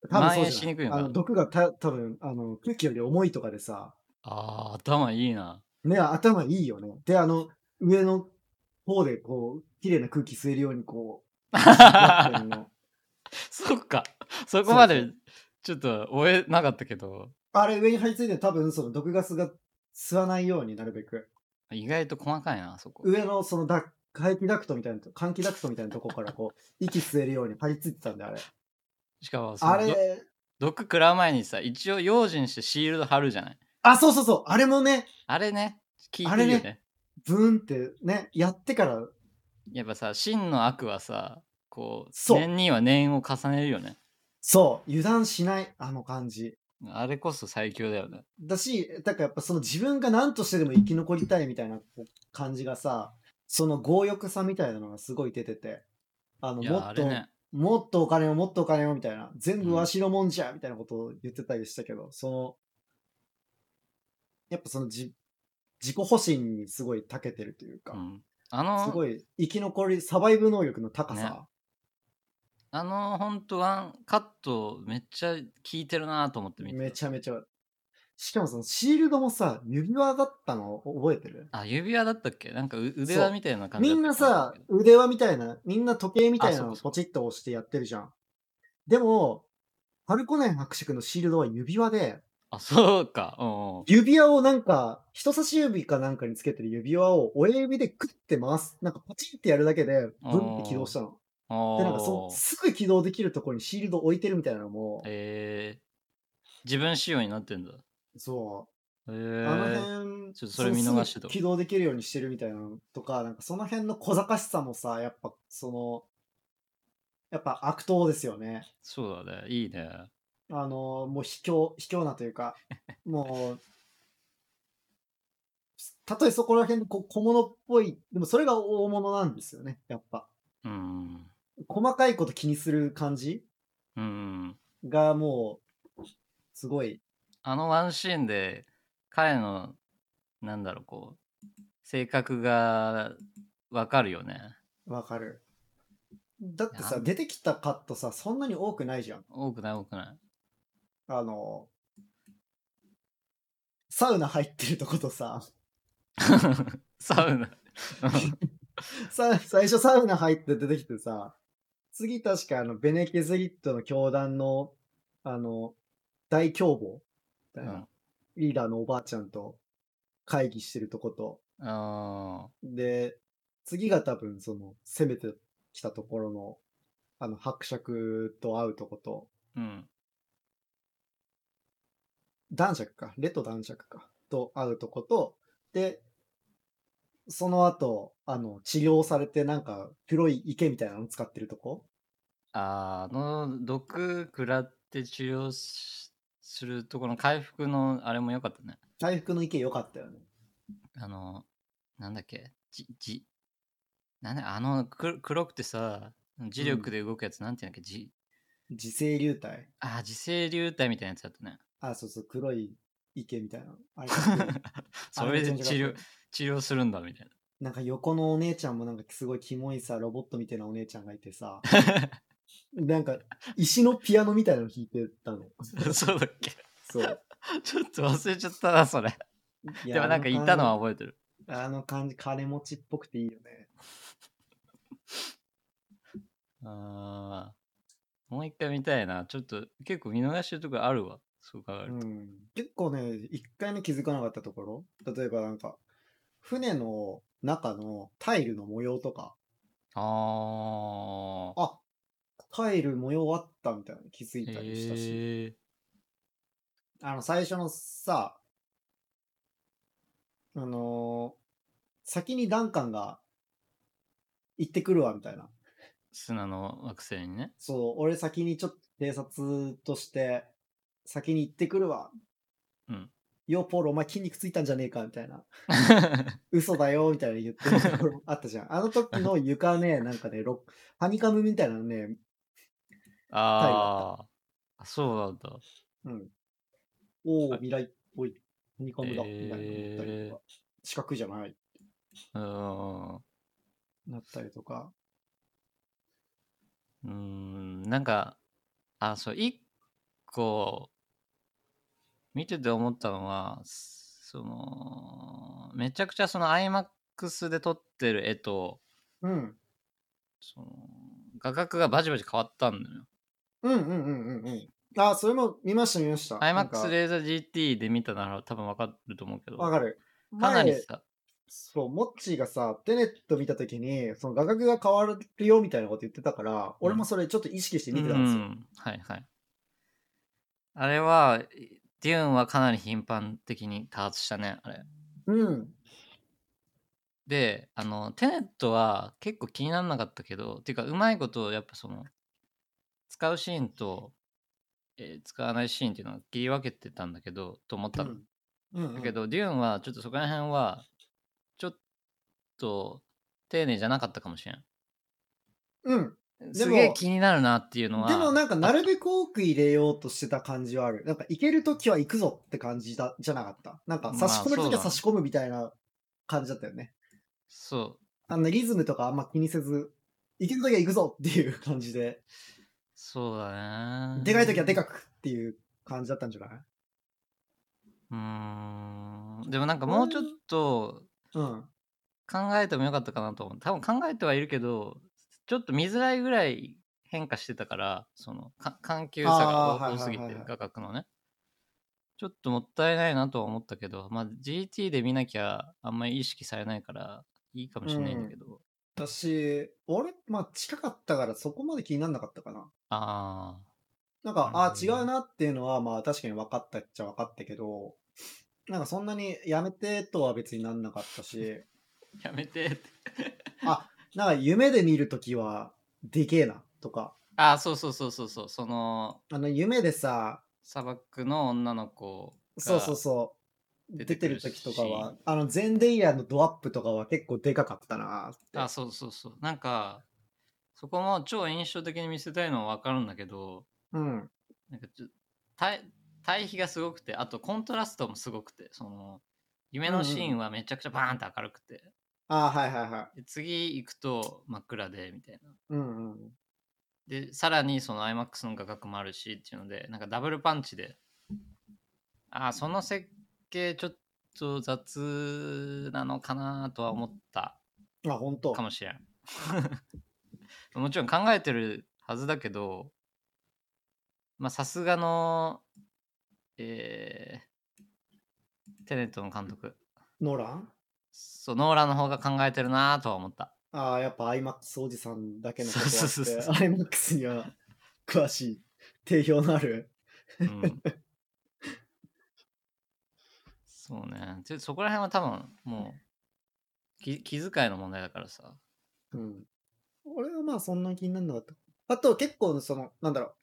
多分蔓そう延じしゃにくないいのかあなの毒がた多分あの空気より重いとかでさ、ああ、頭いいな。ね、頭いいよね。で、あの、上の方でこう、綺麗な空気吸えるようにこ (laughs) う、なってんのそっか。そこまそで、ちょっと追えなかったけど、あれ上に張り付いてる多分その毒ガスが吸わないようになるべく。意外と細かいな、そこ。上のそのダ排気ダクトみたいなと、換気ダクトみたいなとこからこう、 (laughs) 息吸えるように張り付いてたんで、あれ。しかもその、あどれ、毒食らう前にさ、一応用心してシールド貼るじゃない。あ、そうそうそう、あれもね、あれね、聞いあてれるねよね。ブーンってね、やってから、やっぱさ、真の悪はさ、こう、そう念には念を重ねるよね。そう、油断しない、あの感じ。あれこそ最強だよね。だし、だからやっぱその自分が何としてでも生き残りたいみたいな感じがさ、その強欲さみたいなのがすごい出てて、あの、いもや、あっれと、ね。もっとお金をもっとお金をみたいな、全部わしのもんじゃみたいなことを言ってたりしたけど、その、やっぱそのじ自己保身にすごい長けてるというか、うん、あすの、ごい生き残り、サバイブ能力の高さ。ねあの、ほんとワンカット、めっちゃ効いてるなと思って見てためちゃめちゃ。しかもそのシールドもさ、指輪だったの覚えてるあ、指輪だったっけなんかう腕そ輪うみたいな感じみだったんなさ気がするけ、腕輪みたいな、みんな時計みたいなのあそをうそポうチッと押してやってるじゃん。でも、ハルコネン伯爵のシールドは指輪で、どあ、そうか。うんうん。指輪をなんか、人差し指かなんかにつけてる指輪を親指でクッて回す。なんかポチンってやるだけで、ブンって起動したの。おで、なんかそのすぐ起動できるところにシールド置いてるみたいなのも、えー、自分仕様になってんだ。そう。えあのー、辺、ちょっとそれ見逃してたそのすぐ起動できるようにしてるみたいなのとか、なんかその辺の小賢しさもさ、やっぱその、やっぱ悪党ですよね。そうだね。いいね。あの、もう卑怯、卑怯なというか、もう、たとえそこら辺でこう小物っぽい、でもそれが大物なんですよね、やっぱ。うん。細かいこと気にする感じうん。がもう、すごい。あのワンシーンで、彼の、なんだろう、こう、性格がわかるよね。わかる。だっていさ、や出てきたカットさ、そんなに多くないじゃん。多くない多くない。 (laughs) あの、サウナ入ってるとことさ、サウナ。さ最初サウナ入って出てきてさ、次確かあの、ベネケゼリットの教団の、あの、大凶暴、う。みたいなんリーダーのおばあちゃんと会議してるとこと、あで、次が多分その、攻めてきたところの、あの、伯爵と会うとこと、ーうん。男爵か、レと男爵か、と会うとこと、で、その後、あの、治療されて、なんか、黒い池みたいなの使ってるとこあーあの毒食らって治療しするとこの回復のあれも良かったね。回復の池良かったよね。あの、なんだっけ、じ、じ、なんだ、あのく黒くてさ、磁力で動くやつ、なんていうんだっけ、じ、自生流体。あー、磁性流体みたいなやつだった (laughs) ね。あ、そうそう、黒い池みたいなの。あ (laughs) れかっこいいそれであめち治ゃめちゃかっこ療いい、治療するんだみたいなんか横のお姉ちゃんもなんかすごいキモいさ、ロボットみたいなお姉ちゃんがいて (laughs) さ、なんか石のピアノみたいなの弾いてたの。な。 (laughs) そうだっけ。そう。ちょっと忘れちゃったな、それ。いや (laughs) でもなんかいたのは覚えてる。あの感じ、金持ちっぽくていいよね。あーもう一回見たいな。ちょっと結構見逃してるとこあるわ。そう考えると。うん、結構ね、一回目気づかなかったところ、例えばなんか、船の中のタイルの模様とか、ああ。あタイル模様あったみたいなの気づいたりしたし、えあの、最初のさ、あの先にダンカンが行ってくるわ、みたいな。砂の惑星 (laughs) にね。そう、俺先にちょっと偵察として、先に行ってくるわ。うん。よ、ポール、お前筋肉ついたんじゃねえか、みたいな。嘘だよ、みたいな言ってるところあったじゃん。あの時の床ね、なんかね、ロッハニカムみたいなのね、あーあ、そうなんだ。うん。おお、はい未来っぽい。ハニカムだ、みたいなのだったりとか。四角じゃない。うーん。なったりとか。うーんなんか、あ、そう、一個、見てて思ったのは、その、めちゃくちゃその IMAX で撮ってる絵と、うん。その、画角がバチバチ変わったんだよ。うんうんうんうんうん。あ、それも見ました見ました。なんか IMAX レーザー GT で見たなら多分わかると思うけど、わかかる。なり前さ、そう、モッチーがさ、テネット見たときに、その画角が変わるよみたいなこと言ってたから、俺もそれちょっと意識して見てたんですよ。うん、はいはい。あれは、デューンはかなり頻繁的に多発したね、あれ。うん。であのテネットは結構気にならなかったけどっていうかうまいことやっぱその使うシーンと、えー使わないシーンっていうのは切り分けてたんだけどと思ったの、うん。うんだけ、どデューンはちょっとそこら辺はちょっと丁寧じゃなかったかもしれんうん。すげえ気になるなっていうのはでもなんか、なるべく多く入れようとしてた感じはある。なんか、行けるときは行くぞって感じだじゃなかった。なんか、差し込めるときは差し込むみたいな感じだったよね。そうあの、リズムとかあんま気にせず、行けるときは行くぞっていう感じで、そうだねでかいときはでかかくっていう感じだったんじゃないうーんでもなんかもうちょっとうん。考えてもよかったかなと思う多分考えてはいるけどちょっと見づらいぐらい変化してたからそのか緩急差あーはいが多はい多すぎはていはい画角のねちょっともったいないなとは思ったけど、まあ、GT で見なきゃあんまり意識されないからいいかもしれないんだけど、私、俺、まあ近かったからそこまで気になんなかったかな。あなんか、なるあほ違どねうなっていうのは、まあ確かに分かったっちゃ分かったけど、なんかそんなにやめてとは別になんなかったし、あやめてってなんか夢で見るときはでけえなとか、ああそうそうそうそうそうそのあの夢でさ、砂漠の女の子がそうそうそう、出出ててくるるときとかは、あのゼンデイヤーのドアップとかは結構でかかったなって。あそうそうそうなんかそこも超印象的に見せたいのは分かるんだけどうん。なんかちょ対対比がすごくてあとコントラストもすごくてその夢のシーンはめちゃくちゃバーンって明るくて、あはいはいはい。で次行くと真っ暗でみたいなうんうん。でさらにその IMAX の画角もあるしっていうのでなんかダブルパンチでああその設計ちょっと雑なのかなとは思ったあ、本当かもしれん (laughs) もちろん考えてるはずだけどまあさすがのえーテネットの監督ノーランそうノーランの方が考えてるなとは思ったああ、やっぱ IMAX おじさんだけのことあって、そうそうそうそう IMAX には詳しい、定評のある。うん (laughs) そうねでそこら辺は多分もうき気遣いの問題だからさうん。俺はまあそんな気にならなかった。あと結構その、なんだろう、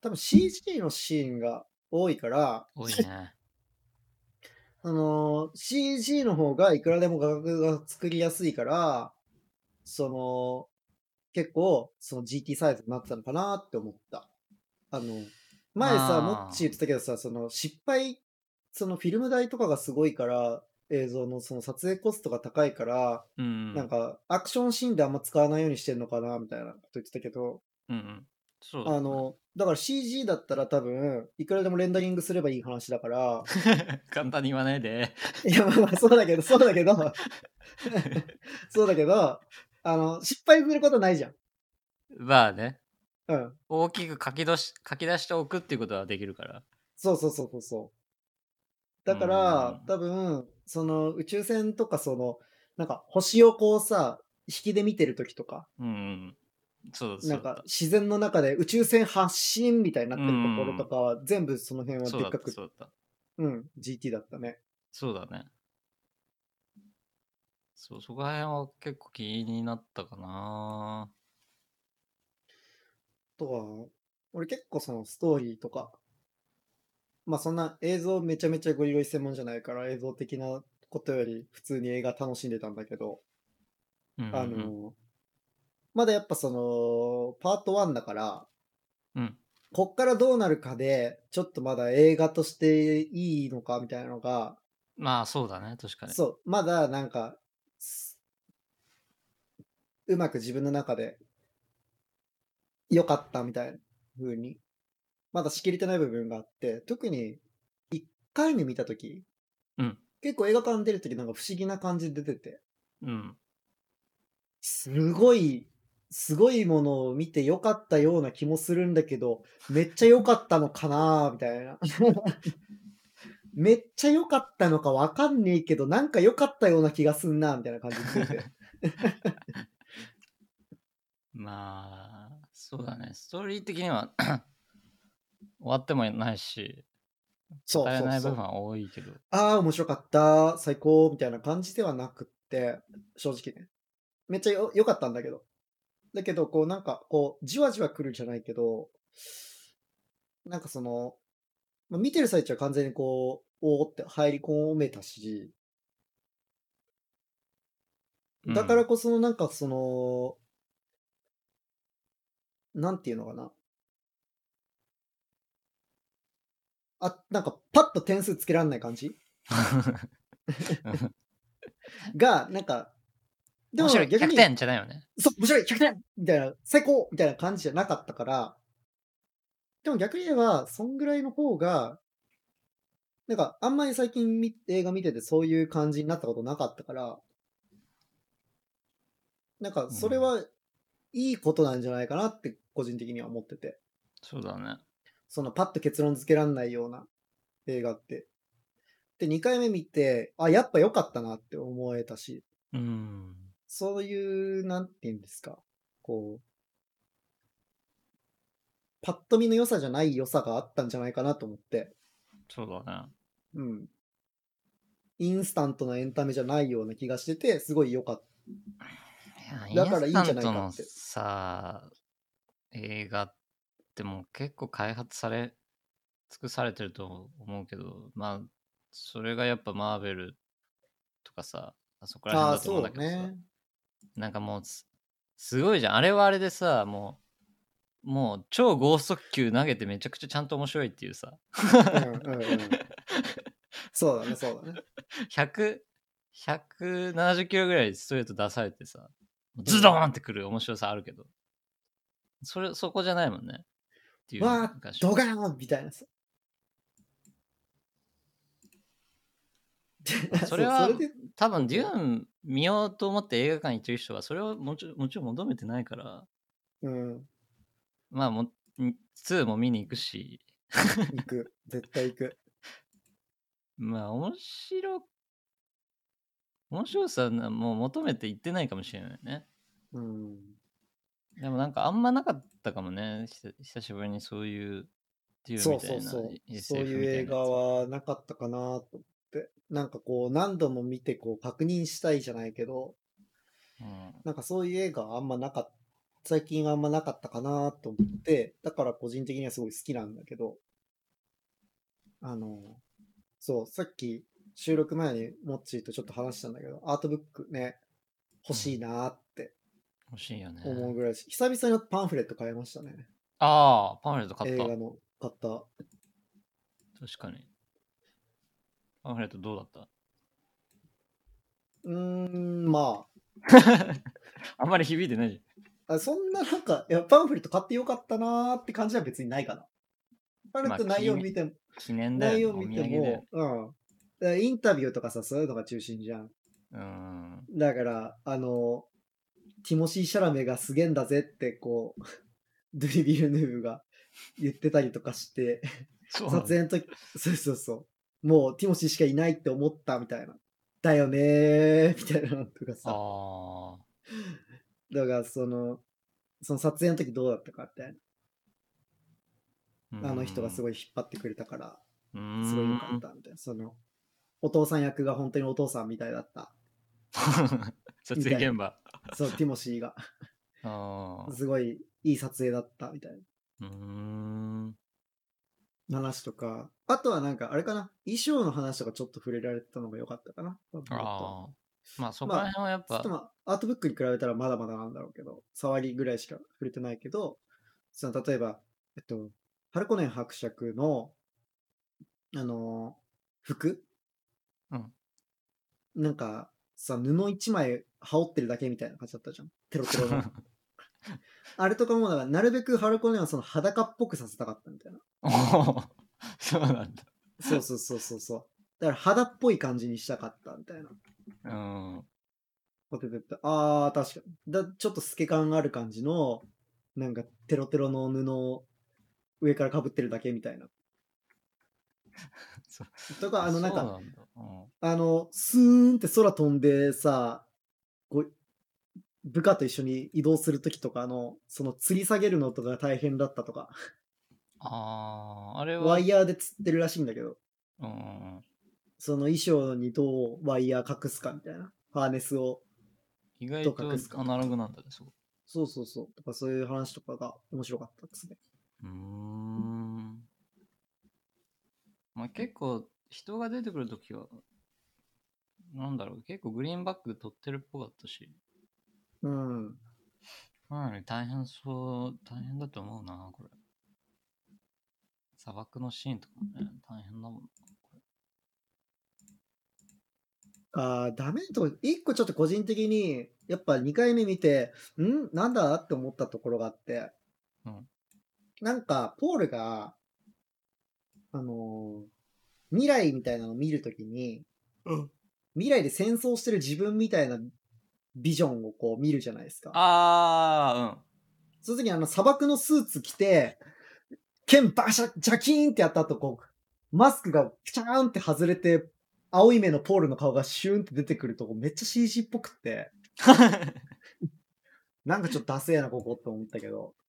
多分 CG のシーンが多いから、多 (laughs) いねあのー CG の方がいくらでも画角が作りやすいから、その、結構、その GT サイズになってたのかなって思った。あの、前あさ、ーモッチー言ってたけどさ、その失敗、そのフィルム代とかがすごいから、映像のその撮影コストが高いから、うんなんかアクションシーンであんま使わないようにしてんのかな、みたいなこと言ってたけど、うんうんそうあの、だから CG だったら多分、いくらでもレンダリングすればいい話だから、 (laughs) 簡単に言わないで (laughs) いや、まあまあ、そうだけど、そうだけど、そうだけど、あの、失敗することないじゃん。まあねうん。大きく書き出し書き出しておくっていうことはできるからそうそうそうそうそう。だからう、ん多分、その、宇宙船とか、その、なんか、星をこうさ、引きで見てる時とか、うんうんそうそうなんか、自然の中で宇宙船発進みたいになってるところとかは、全部その辺はそうでだっっかたく、そうだったうん、GT だったね。そうだねそう、そこら辺は結構気になったかな。とは、俺結構そのストーリーとか、まあそんな映像めちゃめちゃゴリゴリ専門じゃないから映像的なことより普通に映画楽しんでたんだけど、うんうんあの、まだやっぱその、パート1だから、うん。こっからどうなるかで、ちょっとまだ映画としていいのかみたいなのが、まあそうだね、確かに。そう、まだなんか、すうまく自分の中で、良かったみたいな風に、まだ仕切れてない部分があって、特に1回目見たとき、うん。結構映画館出るときなんか不思議な感じで出てて、うん。すごい、すごいものを見て良かったような気もするんだけど、めっちゃ良かったのかなみたいな。 (laughs) めっちゃ良かったのかわかんねえけど、なんか良かったような気がすんなみたいな感じで出て。まあ、そうだね。ストーリー的には (coughs) 終わってもないし、そう伝えそなういそ部分う。は多いけど。ああ、面白かった、最高、みたいな感じではなくって、正直ね。めっちゃよ良かったんだけど。だけど、こうなんか、こう、じわじわ来るじゃないけど、なんかその、まあ見てる最中は完全にこう、おーって入り込めたし、うんだ (laughs) からこそのなんかその、なんていうのかな。あ、なんかパッと点数つけられない感じが、なんか、面白い、100点じゃないよね。そう、面白い、100点みたいな、最高みたいな感じじゃなかったから、でも逆に言えば、そんぐらいの方が、なんか、あんまり最近み映画見ててそういう感じになったことなかったから、なんか、それはいいことなんじゃないかなって、個人的には思ってて、そうだね。そのパッと結論付けられないような映画って。で、2回目見て、あ、やっぱ良かったなって思えたし、うん。そういう、なんて言うんですか、こう、パッと見の良さじゃない良さがあったんじゃないかなと思って、そうだね。うん。インスタントなエンタメじゃないような気がしてて、すごい良かった。いやだからいいんじゃないかってインスタントのさ、映画ってもう結構開発され、尽くされてると思うけど、まあ、それがやっぱマーベルとかさ、あそこら辺ああー、だと思そううんだだけどさ、ね。なんかもうす、すごいじゃん。あれはあれでさ、もう、もう超剛速球投げてめちゃくちゃちゃんと面白いっていうさ、うんうんうん。そうだね、そうだね。 100、170キロぐらいストレート出されてさ、ズドーンってくる面白さあるけど、それ、そこじゃないもんね。っていうわあ昔ドガーンみたいなさ。 (laughs) それはそうで多分、デューン見ようと思って映画館に行ってる人は、それをもちろんもちろん求めてないから、うん、まあも、ん2も見に行くし、行く。絶対行く。まあ、面白、面白さなもう求めて行ってないかもしれないね。うん。でもなんかあんまなかったかもね、ひさ久しぶりにそういう、デューンそみうたそいうなそう。そう SF いう映みた画いなやつはなかったかなと思って。なんかこう何度も見てこう確認したいじゃないけど、うんなんかそういう映画はあんまなかった。最近はあんまなかったかなと思って、だから個人的にはすごい好きなんだけど、あの、そう、さっき収録前にモッチーとちょっと話したんだけど、アートブックね、欲しいなって欲しいよね。思うぐらいし、久々にパンフレット買いましたね。ああ、パンフレット買映っ画た。の買った。確かに。パンフレットどうだった (laughs) うーん、まあ、あんまり響いてないじあそんななんか、いや、パンフレット買ってよかったなーって感じは別にないかな。パンフレットまあ内容見ても、ゃん。記念だ内容よ、ね。お見土て産だよも、うん。だからインタビューとかさ、そういうのが中心じゃん。うん。だから、あの、ティモシー・シャラメがすげえんだぜって、こう、ドゥリビル・ヌーブが言ってたりとかして、そう撮なんだ影の時、そうそうそう。もうティモシーしかいないって思ったみたいな。だよねー、みたいなのとかあさ。あ。だから、その、その撮影の時どうだったかって。あの人がすい。ごい引っ張ってくれたから、うんすごい良かったみたいな。その、お父さん役が本当にお父さんみたいだった。 (laughs) 撮影現場。 (laughs) そう、ティモシーが。ああ。すごいいい撮影だったみたいうーん。な話とか、あとはなんか、あれかな、衣装の話とかちょっと触れられてたのが良かったかな。ああ。まあそこら辺はやっちょっとぱ、まあ、アートブックに比べたらまだまだなんだろうけど、触りぐらいしか触れてないけど、その例えば、えっと、ハルコネン伯爵の、あのー服うんなんか、さ、布一枚羽織ってるだけみたいな感じだったじゃん。テロテロ (laughs) の。あれとかも、だから、なるべくハルコネンはその裸っぽくさせたかったみたいな。おー (laughs) そうなんだ。そうそうそうそうそう。だから、肌っぽい感じにしたかったみたいな。うん。ポテトって、ああ、確かに。だ、ちょっと透け感ある感じの、なんか、テロテロの布を上から被ってるだけみたい (laughs) なそ。とか、あの、なんそか、うだうあの、スーンって空飛んでさ、こう、部下と一緒に移動するときとか、あの、その吊り下げるのとか大変だったとか、んああ、あれは、ワイヤーで吊ってるらしいんだけど、うんうんうん、その衣装にどうワイヤー隠すかみたいな、ハーネスを意外どう隠すかとアナログなんだね、そこ。そうそうそう。とかそういう話とかが面白かったですね。うーん。まあ結構、人が出てくるときは、なんだろう、結構グリーンバック取ってるっぽかったし、うん。なのに大変そう、大変だと思うな、これ。砂漠のシーンとかもね、大変だもんな。あーダメなとこ、一個ちょっと個人的に、やっぱ2回目見て、んなんだって思ったところがあって、うんなんか、ポールが、あのー未来みたいなのを見るときに、未来で戦争してる自分みたいなビジョンをこう見るじゃないですか。あその時にあの砂漠のスーツ着て、剣バシャ、ジャキーンってやった後、こう、マスクがピチャーンって外れて、青い目のポールの顔がシューンって出てくるとこめっちゃ CG っぽくって、ー、うん。なんかちょっとダセえな、ここって思ったけど、 (laughs)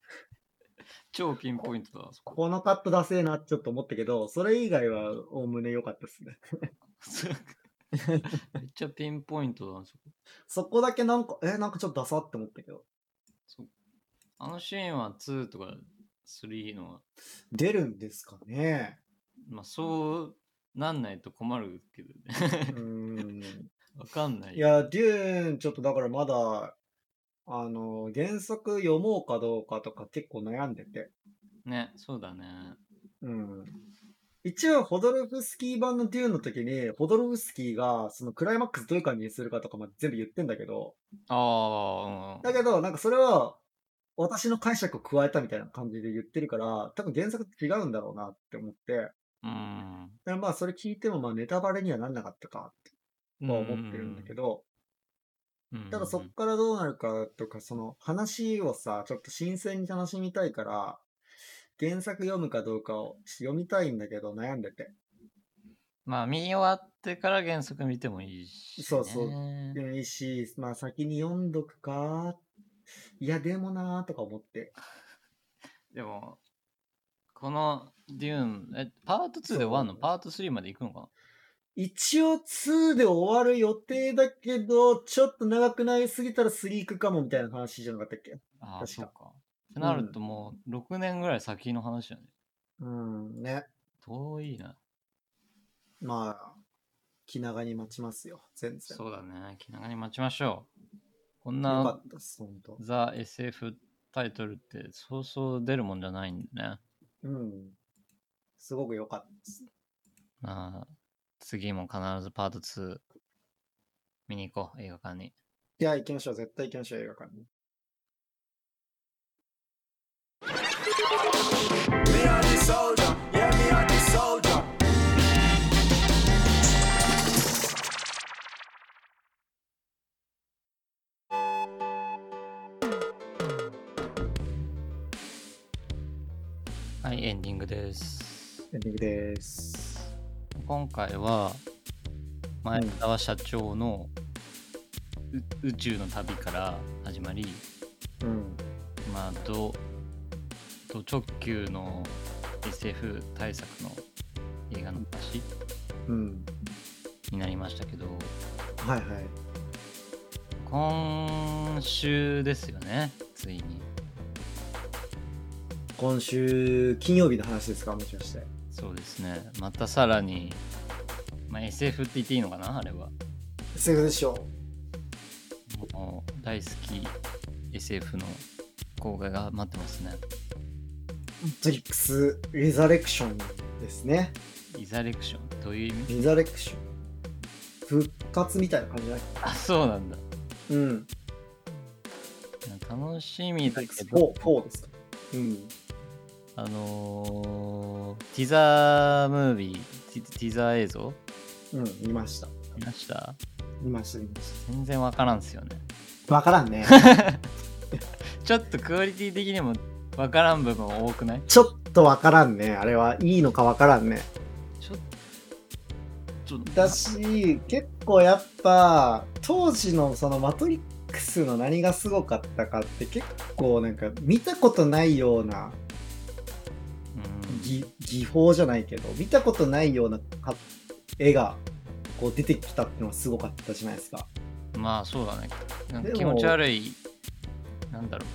超ピンポイントだ、あそこ。このカットダセえなってちょっと思ったけど、それ以外はおおむね良かったですね。 (laughs) めっちゃピンポイントだな、そこ。そこだけなんか、え、なんかちょっとダサって思ったけど、あのシーンは2とか3のは、出るんですかね。まあそうなんないと困るけどうね。ーん。わかんない。いや、デューン、ちょっとだからまだ、あの、原作読もうかどうかとか結構悩んでて。ね、そうだね。うん。一応、ホドルフスキー版のデューンの時に、ホドルフスキーが、そのクライマックスどういう感じにするかとかまで全部言ってんだけど、ああ、だけど、なんかそれは、私の解釈を加えたみたいな感じで言ってるから、多分原作と違うんだろうなって思って、うん。でまあそれ聞いてもまあネタバレにはなんなかったかうとは思ってるんだけど、うんただそっからどうなるかとか、その話をさ、ちょっと新鮮に楽しみたいから、原作読むかどうかを読みたいんだけど悩んでて。まあ見終わってから原則見てもいいし、ね。そうそうでもいいし、まあ先に読んどくか、いやでもなーとか思って。でも、このデューン、え、パート2で終わんのそうパート3まで行くのか一応2で終わる予定だけど、ちょっと長くなりすぎたら3行くかもみたいな話じゃなかったっけなああ、確かそうか。ってなるともう6年ぐらい先の話だね。うん、ね。遠いな。まあ、気長に待ちますよ、全然。そうだね。気長に待ちましょう。こんよかなったっす、ほんと。ザ・ SF タイトルってそうそう出るもんじゃないんでね。うん。すごく良かったです。まあ、次も必ずパート2見に行こう、映画館に。いや、行きましょう、絶対行きましょう、映画館に。 Me on the soldier, yeah, me on the soldier. はい、エンディングです。エンディングです。今回は、前澤社長のう、宇宙の旅から始まり、うん。まあ、ど、ど直球の SF 対策の映画の話うん。になりましたけど、はいはい。今週ですよねついに今週金曜日の話ですかもしかしてそうですねまたさらに、まあ、SF って言っていいのかなあれは SF でしょもう大好き SF の公開が待ってますねうトリックスリザレクションですねイザレクションどういう意味リザレクション復活みたいな感じじゃないあそうなんだうん楽しみだけど4 4ですかうんあのー、ティザームービーティティザー映像うん見ました見ました見ました見まし全然わからんですよねた分からん (laughs) ねちょっとクオリティ的にもわからん部分多くないちょっと分からんねあれはいいのか分からんねちょっとだし結構やっぱ当時のその「マトリックス」の何がすごかったかって結構なんか見たことないようなうん技技法じゃないけど見たことないようなか絵がこう出てきたってのはすごかったじゃないですか。まあそうだねなんかでも気持ち悪いなんだろ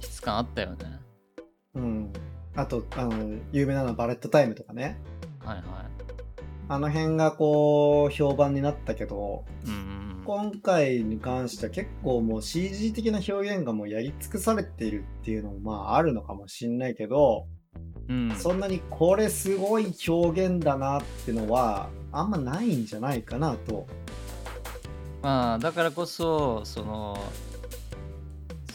う質感あったよねうん、あとあの有名なのは「バレットタイム」とかねはいはあの辺がこう評判になったけどいうんうん今回に関しては結構もう CG 的な表現がもうやり尽くされているっていうのもまああるのかもしんないけど、うん、うん、そんなにこれすごい表現だなってのはあんまないんじゃないかなと。まあだからこそその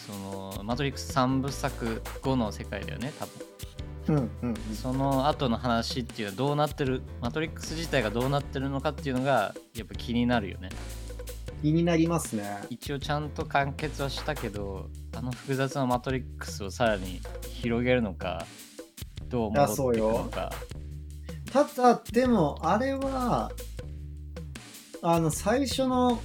その「マトリックス」3部作後の世界だよね多分うんうんその後の話っていうのはどうなってる「マトリックス」自体がどうなってるのかっていうのがやっぱ気になるよね気になりますね。一応ちゃんと完結はしたけどあの複雑な「マトリックス」をさらに広げるのかどう戻っていくのかただでもあれはあの最初の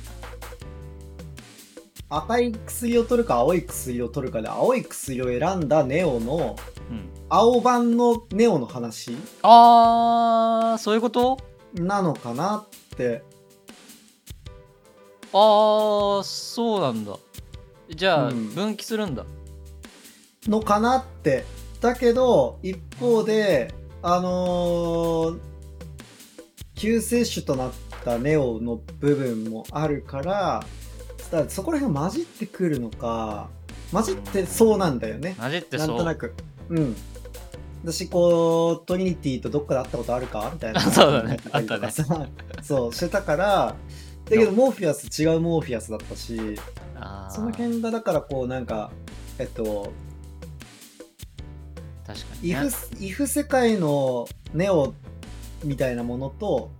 赤い薬を取るか青い薬を取るかで青い薬を選んだネオのうん、青版のネオの話あーそういうことなのかなってああそうなんだじゃあ、うん分岐するんだのかなってだけど一方であのー救世主となったネオの部分もあるからだからそこら辺混じってくるのか混じってそうなんだよね混じってなんそうとなくうん私こうトリニティとどっかで会ったことあるかみたいな (laughs) そうだねりとかさ (laughs) そうしてたからだけどモーフィアス違うモーフィアスだったしあーその辺がだからこうなんかえっと確かにイね、フイフ世界のネオみたいなものと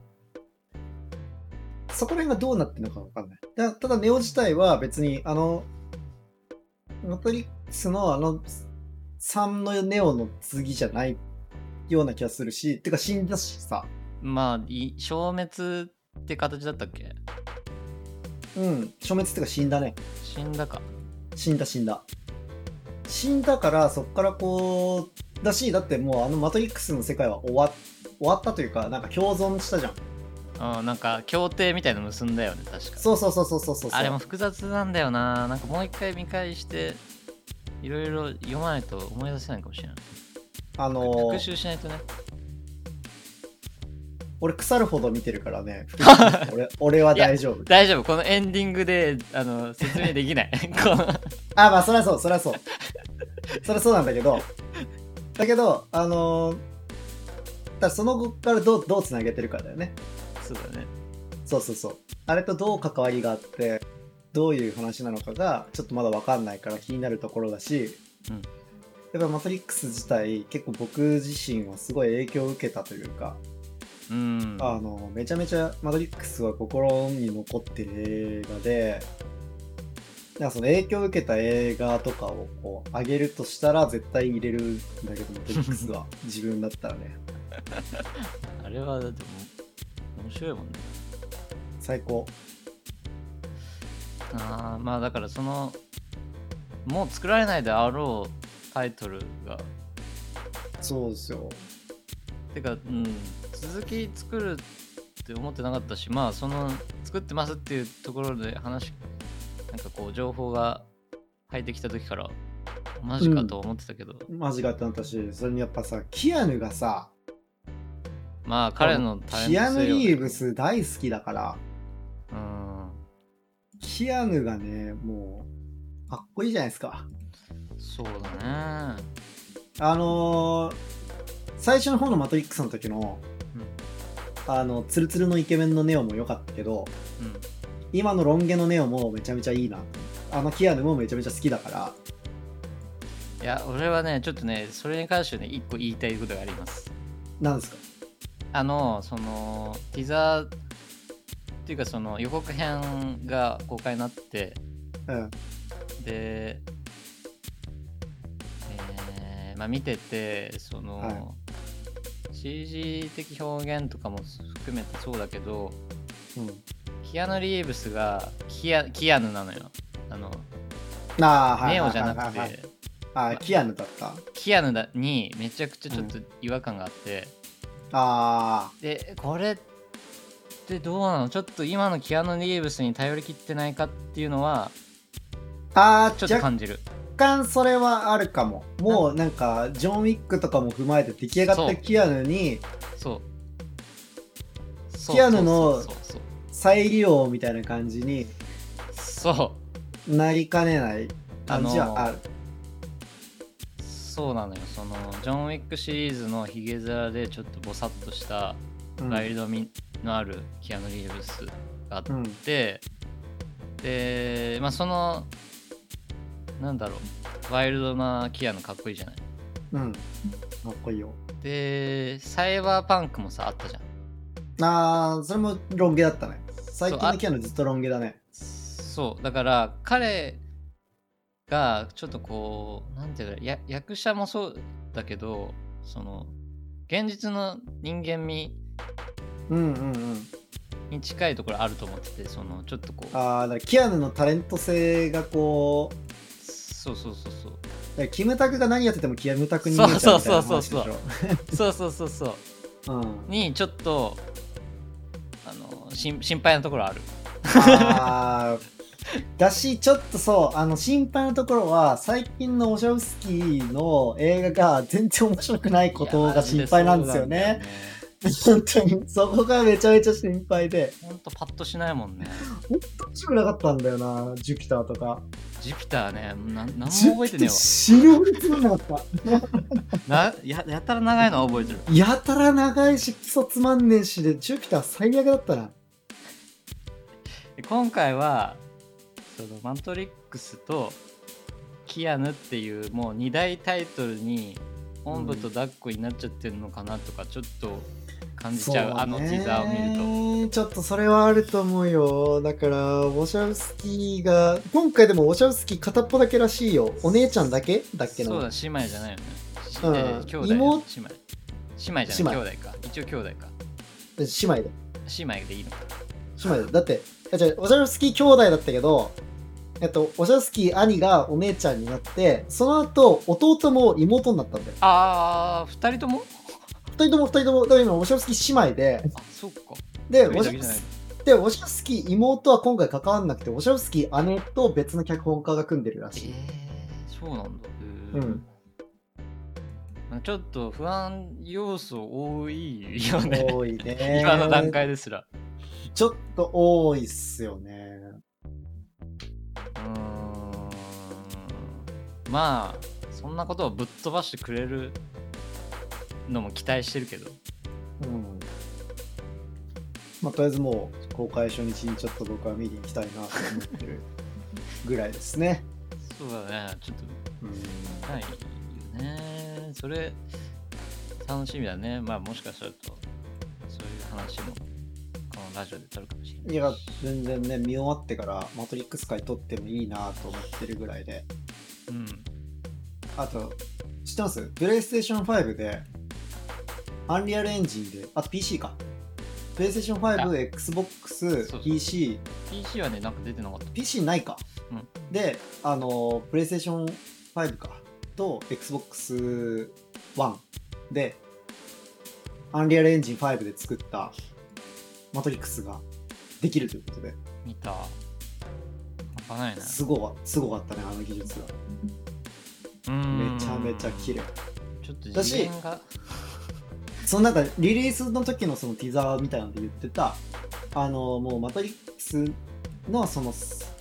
そこら辺がどうなってるのか分かんないだただネオ自体は別にあのマトリックスのあの3のネオの次じゃないような気がするしてか死んだしさまあい消滅って形だったっけうん消滅ってか死んだね死んだか死んだ死んだ死んだからそっからこうだしだってもうあのマトリックスの世界は終わ終わったというかなんか共存したじゃんうんなんか協定みたいの結んだよね確かそうそうそうそうそうそうあれも複雑なんだよななんかもう一回見返していろいろ読まないと思い出せないかもしれないあのー復習しないとね俺腐るほど見てるからね (laughs) 俺俺は大丈夫大丈夫このエンディングであの説明できない (laughs) (laughs) このあまあそりゃそうそり (laughs) ゃそうそりゃそうなんだけどだけどあのーだからその後からどうどうつなげてるかだよねそうだねそうそうそうあれとどう関わりがあってどういう話なのかがちょっとまだ分かんないから気になるところだし、うんやっぱマトリックス自体結構僕自身はすごい影響を受けたというかうんあのめちゃめちゃ「マトリックス」は心に残ってる映画でなんかその影響を受けた映画とかをこう上げるとしたら絶対入れるんだけど「マトリックス」 (laughs) は自分だったらねあれはだってもう面白いもんね最高あーまあだからそのもう作られないであろうタイトルがそうですよてか、うん、続き作るって思ってなかったしまあその作ってますっていうところで話なんかこう情報が入ってきた時からマジかと思ってたけど、マジかってなったし、それにやっぱさ、キアヌがさ、まあ彼のタレンキトアヌ・性よねリーブス大好きだから、うんキアヌがね、もう、かっこいいじゃないですか。そうだねあのー最初の方のマトリックスの時の、あの、ツルツルのイケメンのネオも良かったけど、うん、うん、今のロン毛のネオもめちゃめちゃいいな。あのキアヌもめちゃめちゃ好きだから、いや俺はねちょっとねそれに関してね一個言いたいことがありますなんですかあのそのティザーっていうかその予告編が公開になってうん。で、えーまあ、見ててその、は CG 的表現とかも含めてそうだけどうん。キアヌ・リーブスがキアキアヌなのよあのああ、はい。ネオじゃなくはいはいはいてあーキアヌだった。キアヌだにめちゃくちゃちょっと違和感があって、あでこれってどうなのちょっと今のキアヌ・リーブスに頼りきってないかっていうのはあ、あちあ、ょっと若感じる干それはあるかも。もうなんか、ジョン・ウィックとかも踏まえて出来上がっそうたキアヌにそうそうキアヌのそうそう再利用みたいな感じにそうそうなりかねない感じはある。そうなのよそのジョン・ウィックシリーズのヒゲ面でちょっとボサッとしたうんワイルドみのあるキアヌ・リーブスがあっうんて、で、まあ、そのなんだろうワイルドなキアヌかっこいいじゃないうん。かっこいいよ。でサイバーパンクもさあったじゃんああ、それもロン毛だったね。最近そうあのキアヌずっとロン毛だね。そうだから彼がちょっとこうなんていうかや役者もそうだけどその現実の人間味うんうんうん。に近いところあると思っててそのちょっとこうああ、だからキアヌのタレント性がこう、そうそうそうそうだからキムタクが何やっててもキムタクに見えちゃうみたいな話でしそうそうそうょ。そうそうそうそううん。にちょっとあの心心配なところある (laughs) あーだし、ちょっとそう、あの、心配なところは、最近のオシャウスキーの映画が全然面白くないことが心配なんですよね。本当に、そこがめちゃめちゃ心配で。ほんとパッとしないもんね本当面白くなかったんだよな、ジュピターとか。ジュピターねな何もジ覚えてュピねター死ぬほどつまんなかった。えわなややたら長いのは覚えてるやたら長いし、クソつまんねえしで、ジュピター最悪だったな。で今回はそのマトリックスとキアヌっていうもう2大タイトルにおんぶと抱っこになっちゃってるのかなとかちょっと感じちゃう、あのティザーを見ると。るとちょっとそれはあると思うよだからウォシャウスキーが今回でもウォシャウスキー片っぽだけらしいよお姉ちゃんだけだっけなそうだ、姉妹じゃないよね。しうんえー兄弟姉妹妹。姉妹じゃない、姉妹兄弟か。一応兄弟か。姉妹で姉妹でいいのか。姉妹でだってあ違うウォシャウスキー兄弟だったけどえっと、ウォシャウスキー兄がお姉ちゃんになってその後弟も妹になったんだよああ、二人とも二人とも二人ともだから今ウォシャウスキー姉妹であ、そっか。で一ウ人ォシだャウけじゃないス。でウォシャウスキー妹は今回関わんなくてウォシャウスキー姉と別の脚本家が組んでるらえしいー、そうなんだ。うんうん。ちょっと不安要素多いよね。多いね今の段階ですら。ちょっと多いっすよね。うーん。まあ、そんなことをぶっ飛ばしてくれるのも期待してるけど。うん。まあ、とりあえずもう公開初日にちょっと僕は見に行きたいなと思ってるぐらいですね。そうだね。ちょっとうん。ないよねそれ楽しみだねまあもしかするとそういう話もこのラジオで撮るかもしれないいや、全然ね、見終わってからマトリックス回撮ってもいいなと思ってるぐらいで。うんあと、知ってますプレイステーション5で、アンリアルエンジンで、あと PC か。プレイステーション5、そう Xbox そう、 PC、 PC はねなんか出てなかった PC ないか、うんであのプレイステーション5かと XBOX1 でアンリアルエンジン5で作ったマトリックスができるということで見たマ半端ないねすごかすごかったね、あの技術が。めめちゃめちゃ綺麗。ちょっとだし次元がそのなんかリリースの時のそのティザーみたいなので言ってた、あのもうマトリックスのその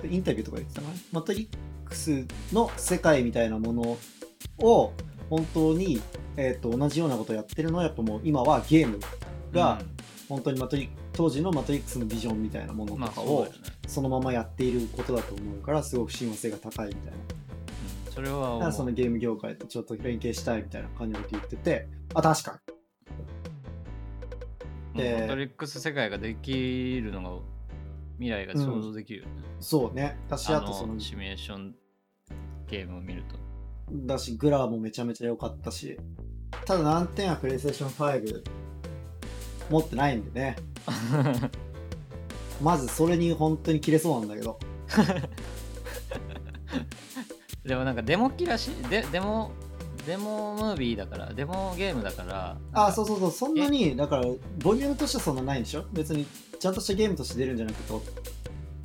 インタビューとか言ってたかな、マトリックスの世界みたいなものを本当に、えー、と同じようなことをやってるのはやっぱもう今はゲームが本当にマトリ、当時のマトリックスのビジョンみたいなものうんまあとかそうをだよねそのままやっていることだと思うからすごく親和性が高いみたいな。うんそれはだか思らうそのゲーム業界とちょっと連携したいみたいな感じのこと言ってて、あ、確かに。もうでマトリックス世界ができるのが未来が想像できるよね、そうね。私ああとそののシミュレーションゲームを見るとだし、グラーもめちゃめちゃ良かったし、ただ難点はプレイステーション5持ってないんでね。まずそれに本当に切れそうなんだけど。でもなんかデモ機らしいでデモデモムービーだからデモゲームだからあ、そうそうそう、そんなに、だから、ボリュームとしてはそんなないんでしょ別に、ちゃんとしたゲームとして出るんじゃなくて、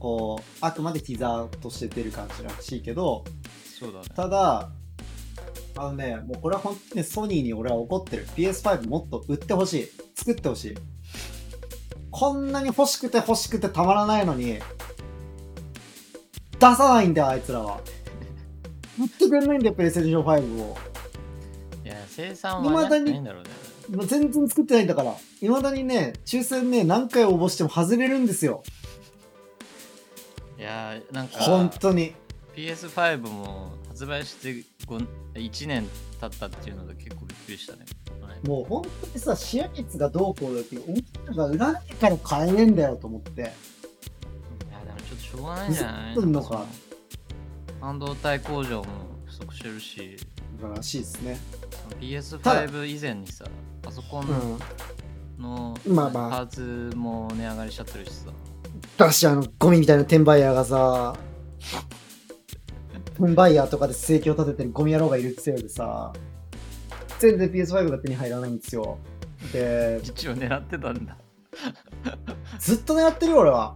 こう、あくまでティザーとして出る感じらしいけど、そうだねただ、あのね、もうこれは本当にソニーに俺は怒ってる。PS5 もっと売ってほしい。作ってほしい。こんなに欲しくて欲しくてたまらないのに、出さないんだよ、あいつらは。売ってくれないんだよ、PlayStation 5を。いや生産は未だねにないんだろうねもう全然作ってないんだから。いまだにね、抽選ね、何回応募しても外れるんですよ。いやーなん本か当に。 PS5 も発売して1年経ったっていうので結構びっくりしたねもう本当にさ、視野率がどうこうだって、お前らが売らないから買えねえんだよと思って。いやでもちょっとしょうがないんじゃないふざけんのかなんその半導体工場も不足してるしだかららしいですね。そのた PS5 以前にさパソコンうん。のまあまあパーツも値上がりしちゃってるしさ、だしあのゴミみたいな転売ヤーがさ転売ヤーとかで生計を立ててるゴミ野郎がいるせいでさ全然 PS5 が手に入らないんですよで一応狙ってたんだずっと狙ってるよ俺は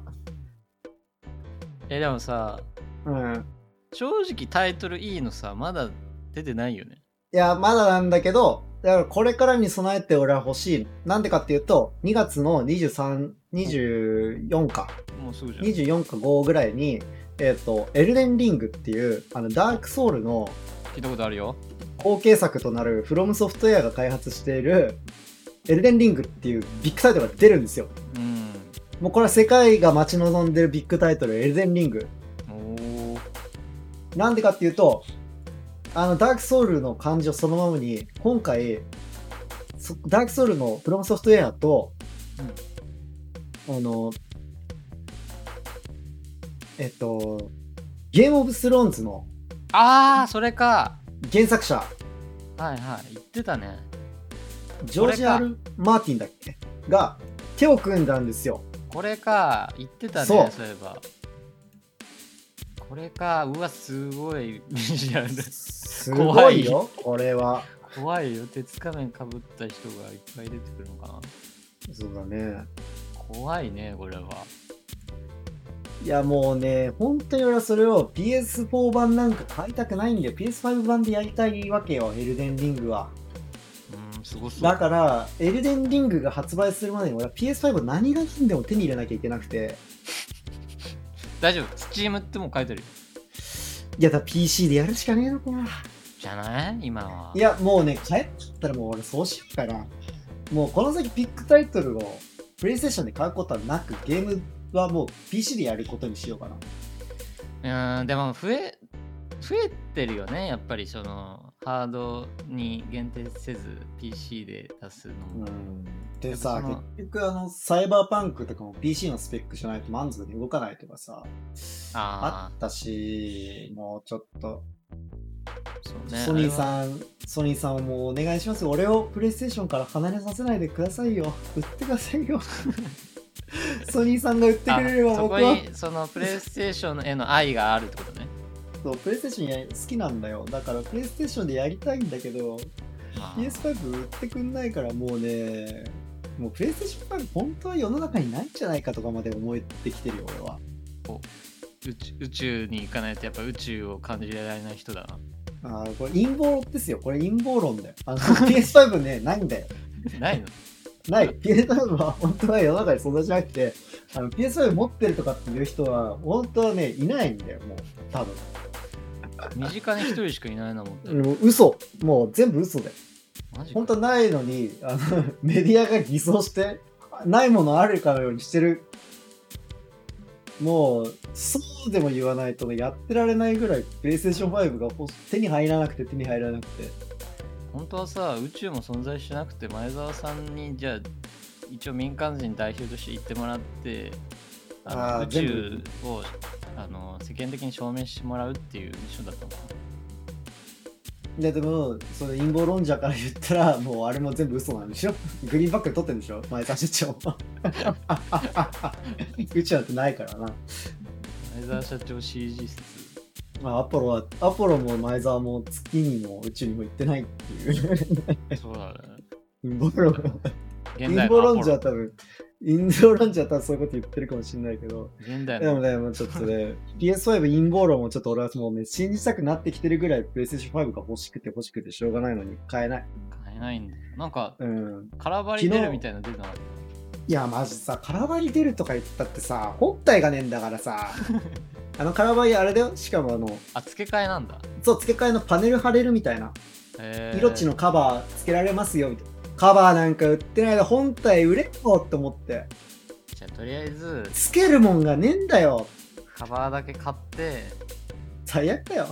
えでもさうん正直タイトル E のさまだ出てないよねいやまだなんだけどだからこれからに備えて俺は欲しいなんでかっていうと2月の2324かもうすぐじゃん24か5ぐらいにえっ、とエルデンリングっていうあのダークソウルの聞いたことあるよ後継作となるフロムソフトウェアが開発しているエルデンリングっていうビッグタイトルが出るんですよ。うんもうこれは世界が待ち望んでるビッグタイトル、エルデンリング。おおなんでかっていうと、あの、ダークソウルの感じをそのままに、今回、そダークソウルのフロムソフトウェアと、あの、えっと、ゲームオブスローンズのああそれか原作者、はいはい言ってたねジョージ・アル・マーティンだっけが手を組んだんですよ。これか言ってたねそそうういえばこれかうわすごいビジュアルすごい怖よ、これは。怖いよ鉄仮面かぶった人がいっぱい出てくるのかなそうだね。怖いねこれはいや、もうね、本当に俺はそれを PS4 版なんか買いたくないんだよ。PS5 版でやりたいわけよ、エルデンリングは。うんすごそうだから、エルデンリングが発売するまでに俺は PS5 を何が何でも手に入れなきゃいけなくて。大丈夫スチームってもう書いてるよいや、だから PC でやるしかねえのかな。じゃない今はいや、もうね、帰っちゃったらもう俺そうしようかな。もうこの先ビッグタイトルをプレイステーションで買うことはなく、ゲームはもう PC でやることにしようかな。うーんでも増え増えてるよねやっぱりそのハードに限定せず PC で出すのも、でやさっぱその結局あのサイバーパンクとかも PC のスペックじゃないと満足に動かないとかさああったしもうちょっと、あそうねソニーんさんソニーさんをもうお願いしますよ俺をプレイステーションから離れさせないでくださいよ売ってくださ (laughs) いよソニーさんが売ってくれればそ僕こはにそのプレイステーションへの愛があるってことね、そうプレイステーションや好きなんだよだからプレイステーションでやりたいんだけどまあ PS5 売ってくんないからもうねもうプレイステーション5本当は世の中にないんじゃないかとかまで思えてきてるよ俺はお宇宙宇宙に行かないとやっぱ宇宙を感じられない人だな。あーこれ陰謀ですよ。これ陰謀論だよ。あの PS5 ね、 (laughs) ないんだよ。 (laughs) ないのない。PS5 は本当は世の中に存在しなくて、あの PS5 持ってるとかっていう人は、本当はね、いないんだよ、もう。多分。身近に一人しかいないなもん。もう嘘。もう全部嘘だよ。マジか本当はないのに、あの (laughs) メディアが偽装して、ないものあるかのようにしてる。もう、そうでも言わないとね、やってられないぐらい、PlayStation 5が欲し手に入らなくて手に入らなくて。本当はさ宇宙も存在しなくて前澤さんにじゃあ一応民間人代表として行ってもらってあのあー宇宙をあの世間的に証明してもらうっていうミッションだったのかででも、その陰謀論者から言ったら、もうあれも全部嘘なんでしょグリーンバックで撮ってるんでしょ前田社長 (laughs) は。宇宙なんてないからな。な前澤社長 CG 説まあ、アポロは、アポロも前澤も月にも宇宙にも行ってないっていう。そうだね陰謀論が。現陰代謀のア論ポ者はロ多分、陰謀論者は多分そういうこと言ってるかもしれないけど。現代でのもね、もうちょっとね、PS5 陰謀論もちょっと俺はもうね、信じたくなってきてるぐらい PlayStation5 が欲しくて欲しくてしょうがないのに買えない。買えないんだよなんかうん。空張り出るみたいなの出てなかったいや、マジさ、カラバリ出るとか言ったってさ、本体がねえんだから (laughs) さ、あのカラバリあれだよ、しかもあの、あ付け替えなんだそう、付け替えのパネル貼れるみたいな、へー色地のカバー付けられますよ、みたいな。カバーなんか売ってないで本体売れよって思って、じゃあとりあえず付けるもんがねえんだよ。カバーだけ買って (laughs) 最悪だよ。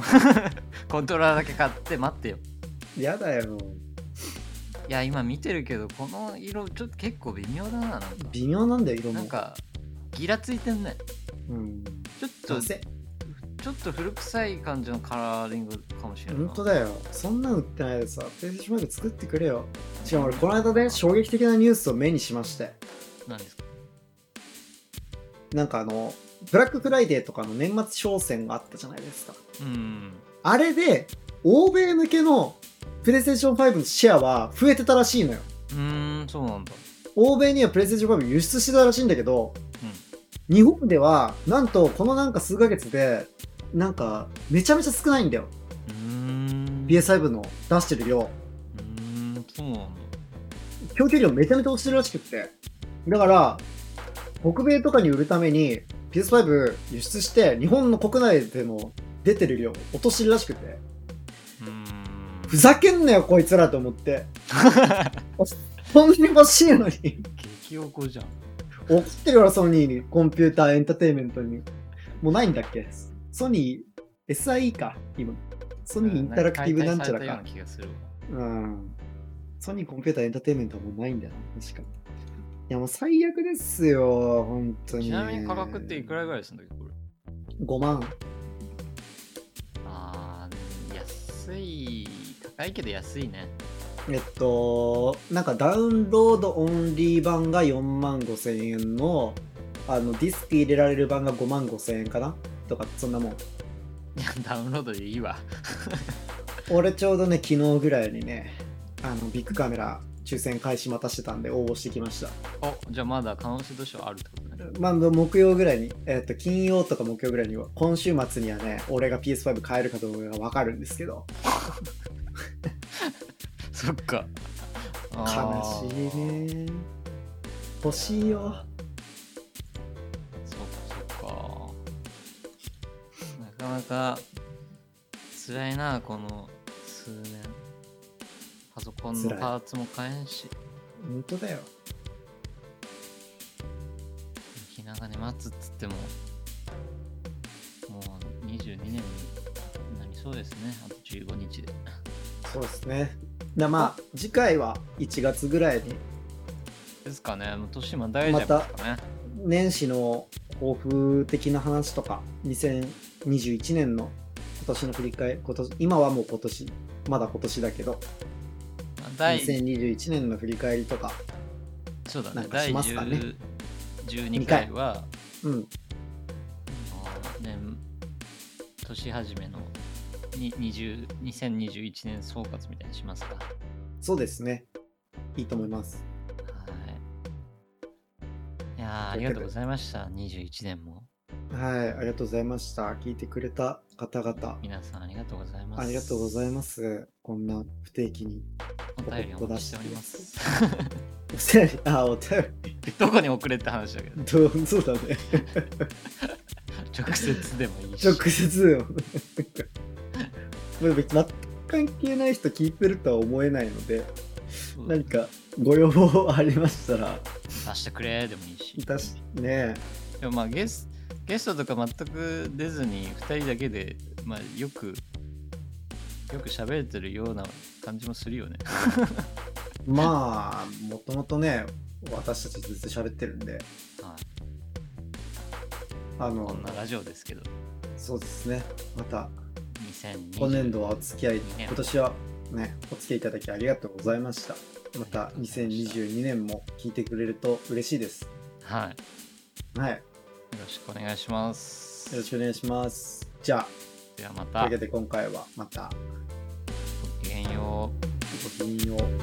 (laughs) コントローラーだけ買って待ってよやだよ、もういや今見てるけどこの色ちょっと結構微妙だななんか微妙なんだよ、色も。なんかギラついてんねうん。ちょっどとうちせ、ょっと古臭い感じのカラーリングかもしれない本当だだよ。そんなの売ってないでさ、プレイステーションまで作ってくれよ。しかも俺、この間ね、衝撃的なニュースを目にしまして。何ですかなんかあの、ブラックフライデーとかの年末商戦があったじゃないですか。うんあれで、欧米向けのプレイステーション5のシェアは増えてたらしいのよ。うーんそうなんだ欧米にはプレイステーション5輸出してたらしいんだけど、日本では、なんとこのなんか数ヶ月で、なんかめちゃめちゃ少ないんだよ。うーん PS5 の出してる量。うーんそうなんだ供給量めちゃめちゃ落ちてるらしくって。だから、北米とかに売るために PS5 輸出して、日本の国内での出てる量を落としてるらしくて。うーんふざけんなよ、こいつらと思って。 (laughs) そんなに欲しいのに。激おこじゃん怒ってるよ、ソニーに。コンピューターエンターテインメントに。もうないんだっけソニー、SIE か、今。ソニーインタラクティブなんちゃら解体されたようかな。気がするわうん。ソニーコンピューターエンターテインメントはもうないんだよな、確かに。いや、もう最悪ですよ、本当に。ちなみに価格っていくらぐらいするんだっけこれ ?5 万。あー安い高いけど安いね (laughs) えっと、なんかダウンロードオンリー版が4万5千円の、あの、ディスク入れられる版が5万5千円かなとか、そんなもん。いやダウンロードでいいわ俺ちょうどね、昨日ぐらいにね、あの、ビッグカメラ抽選開始またしてたんで応募してきました。おじゃあまだ可能性としてはあるってことねまあ、木曜ぐらいに、えっと、金曜とか木曜ぐらいには、今週末にはね、俺が PS5 買えるかどうかがわかるんですけど、 (laughs) そっか悲しいね。欲しいよ。そっかそっかなかなか辛いなこの数年パソコンの辛いパーツも買えんし本当だよ。気長に待つっつってももう22年になりそうですねあと15日でそうですね。でまあ、次回は1月ぐらいに、ですかねもう年も大丈夫ですかね年始の抱負的な話とか、2021年の今年の振り返り、今年今はもう今年、まだ今年だけど、まあ第2021年の振り返りとか、そうだなんねか第しますかね10 12二回回はうん、年年始めのに20 2021年総括みたいにしますか。はそうですね。いいと思います。い。いやーありがとうございました。21年も。はい、ありがとうございました。聞いてくれた方々、皆さんありがとうございます。ありがとうごいざいます。こんな不定期に。 (laughs) ます。お便りお待ちしております。お便り、あ、お便 (laughs) どこに送れって話だけど、り、どうそうだね。直接でもいいし。直接 (laughs) よ。なんか全く関係ない人聞いてるとは思えないので、そう何かご要望ありましたら、出してくれでもいいし。出し、ねでもまあゲスゲストとか全く出ずに2人だけで、まあ、よくよく喋れてるような感じもするよね。まあ、もともとね、私たちずっと喋ってるんで、はいあこのん、なラジオですけど、そうですね。また、 2020今年度はお付き合い、年今年はね、お付き合いいただきありがとうございました。またありがとうございました2022年も聞いてくれると嬉しいです。はい。よはい、よろしくお願いします。ろしくお願いします。じゃではまあ、というたわけ、で今回はまたごきげんよう。ごきげんよう。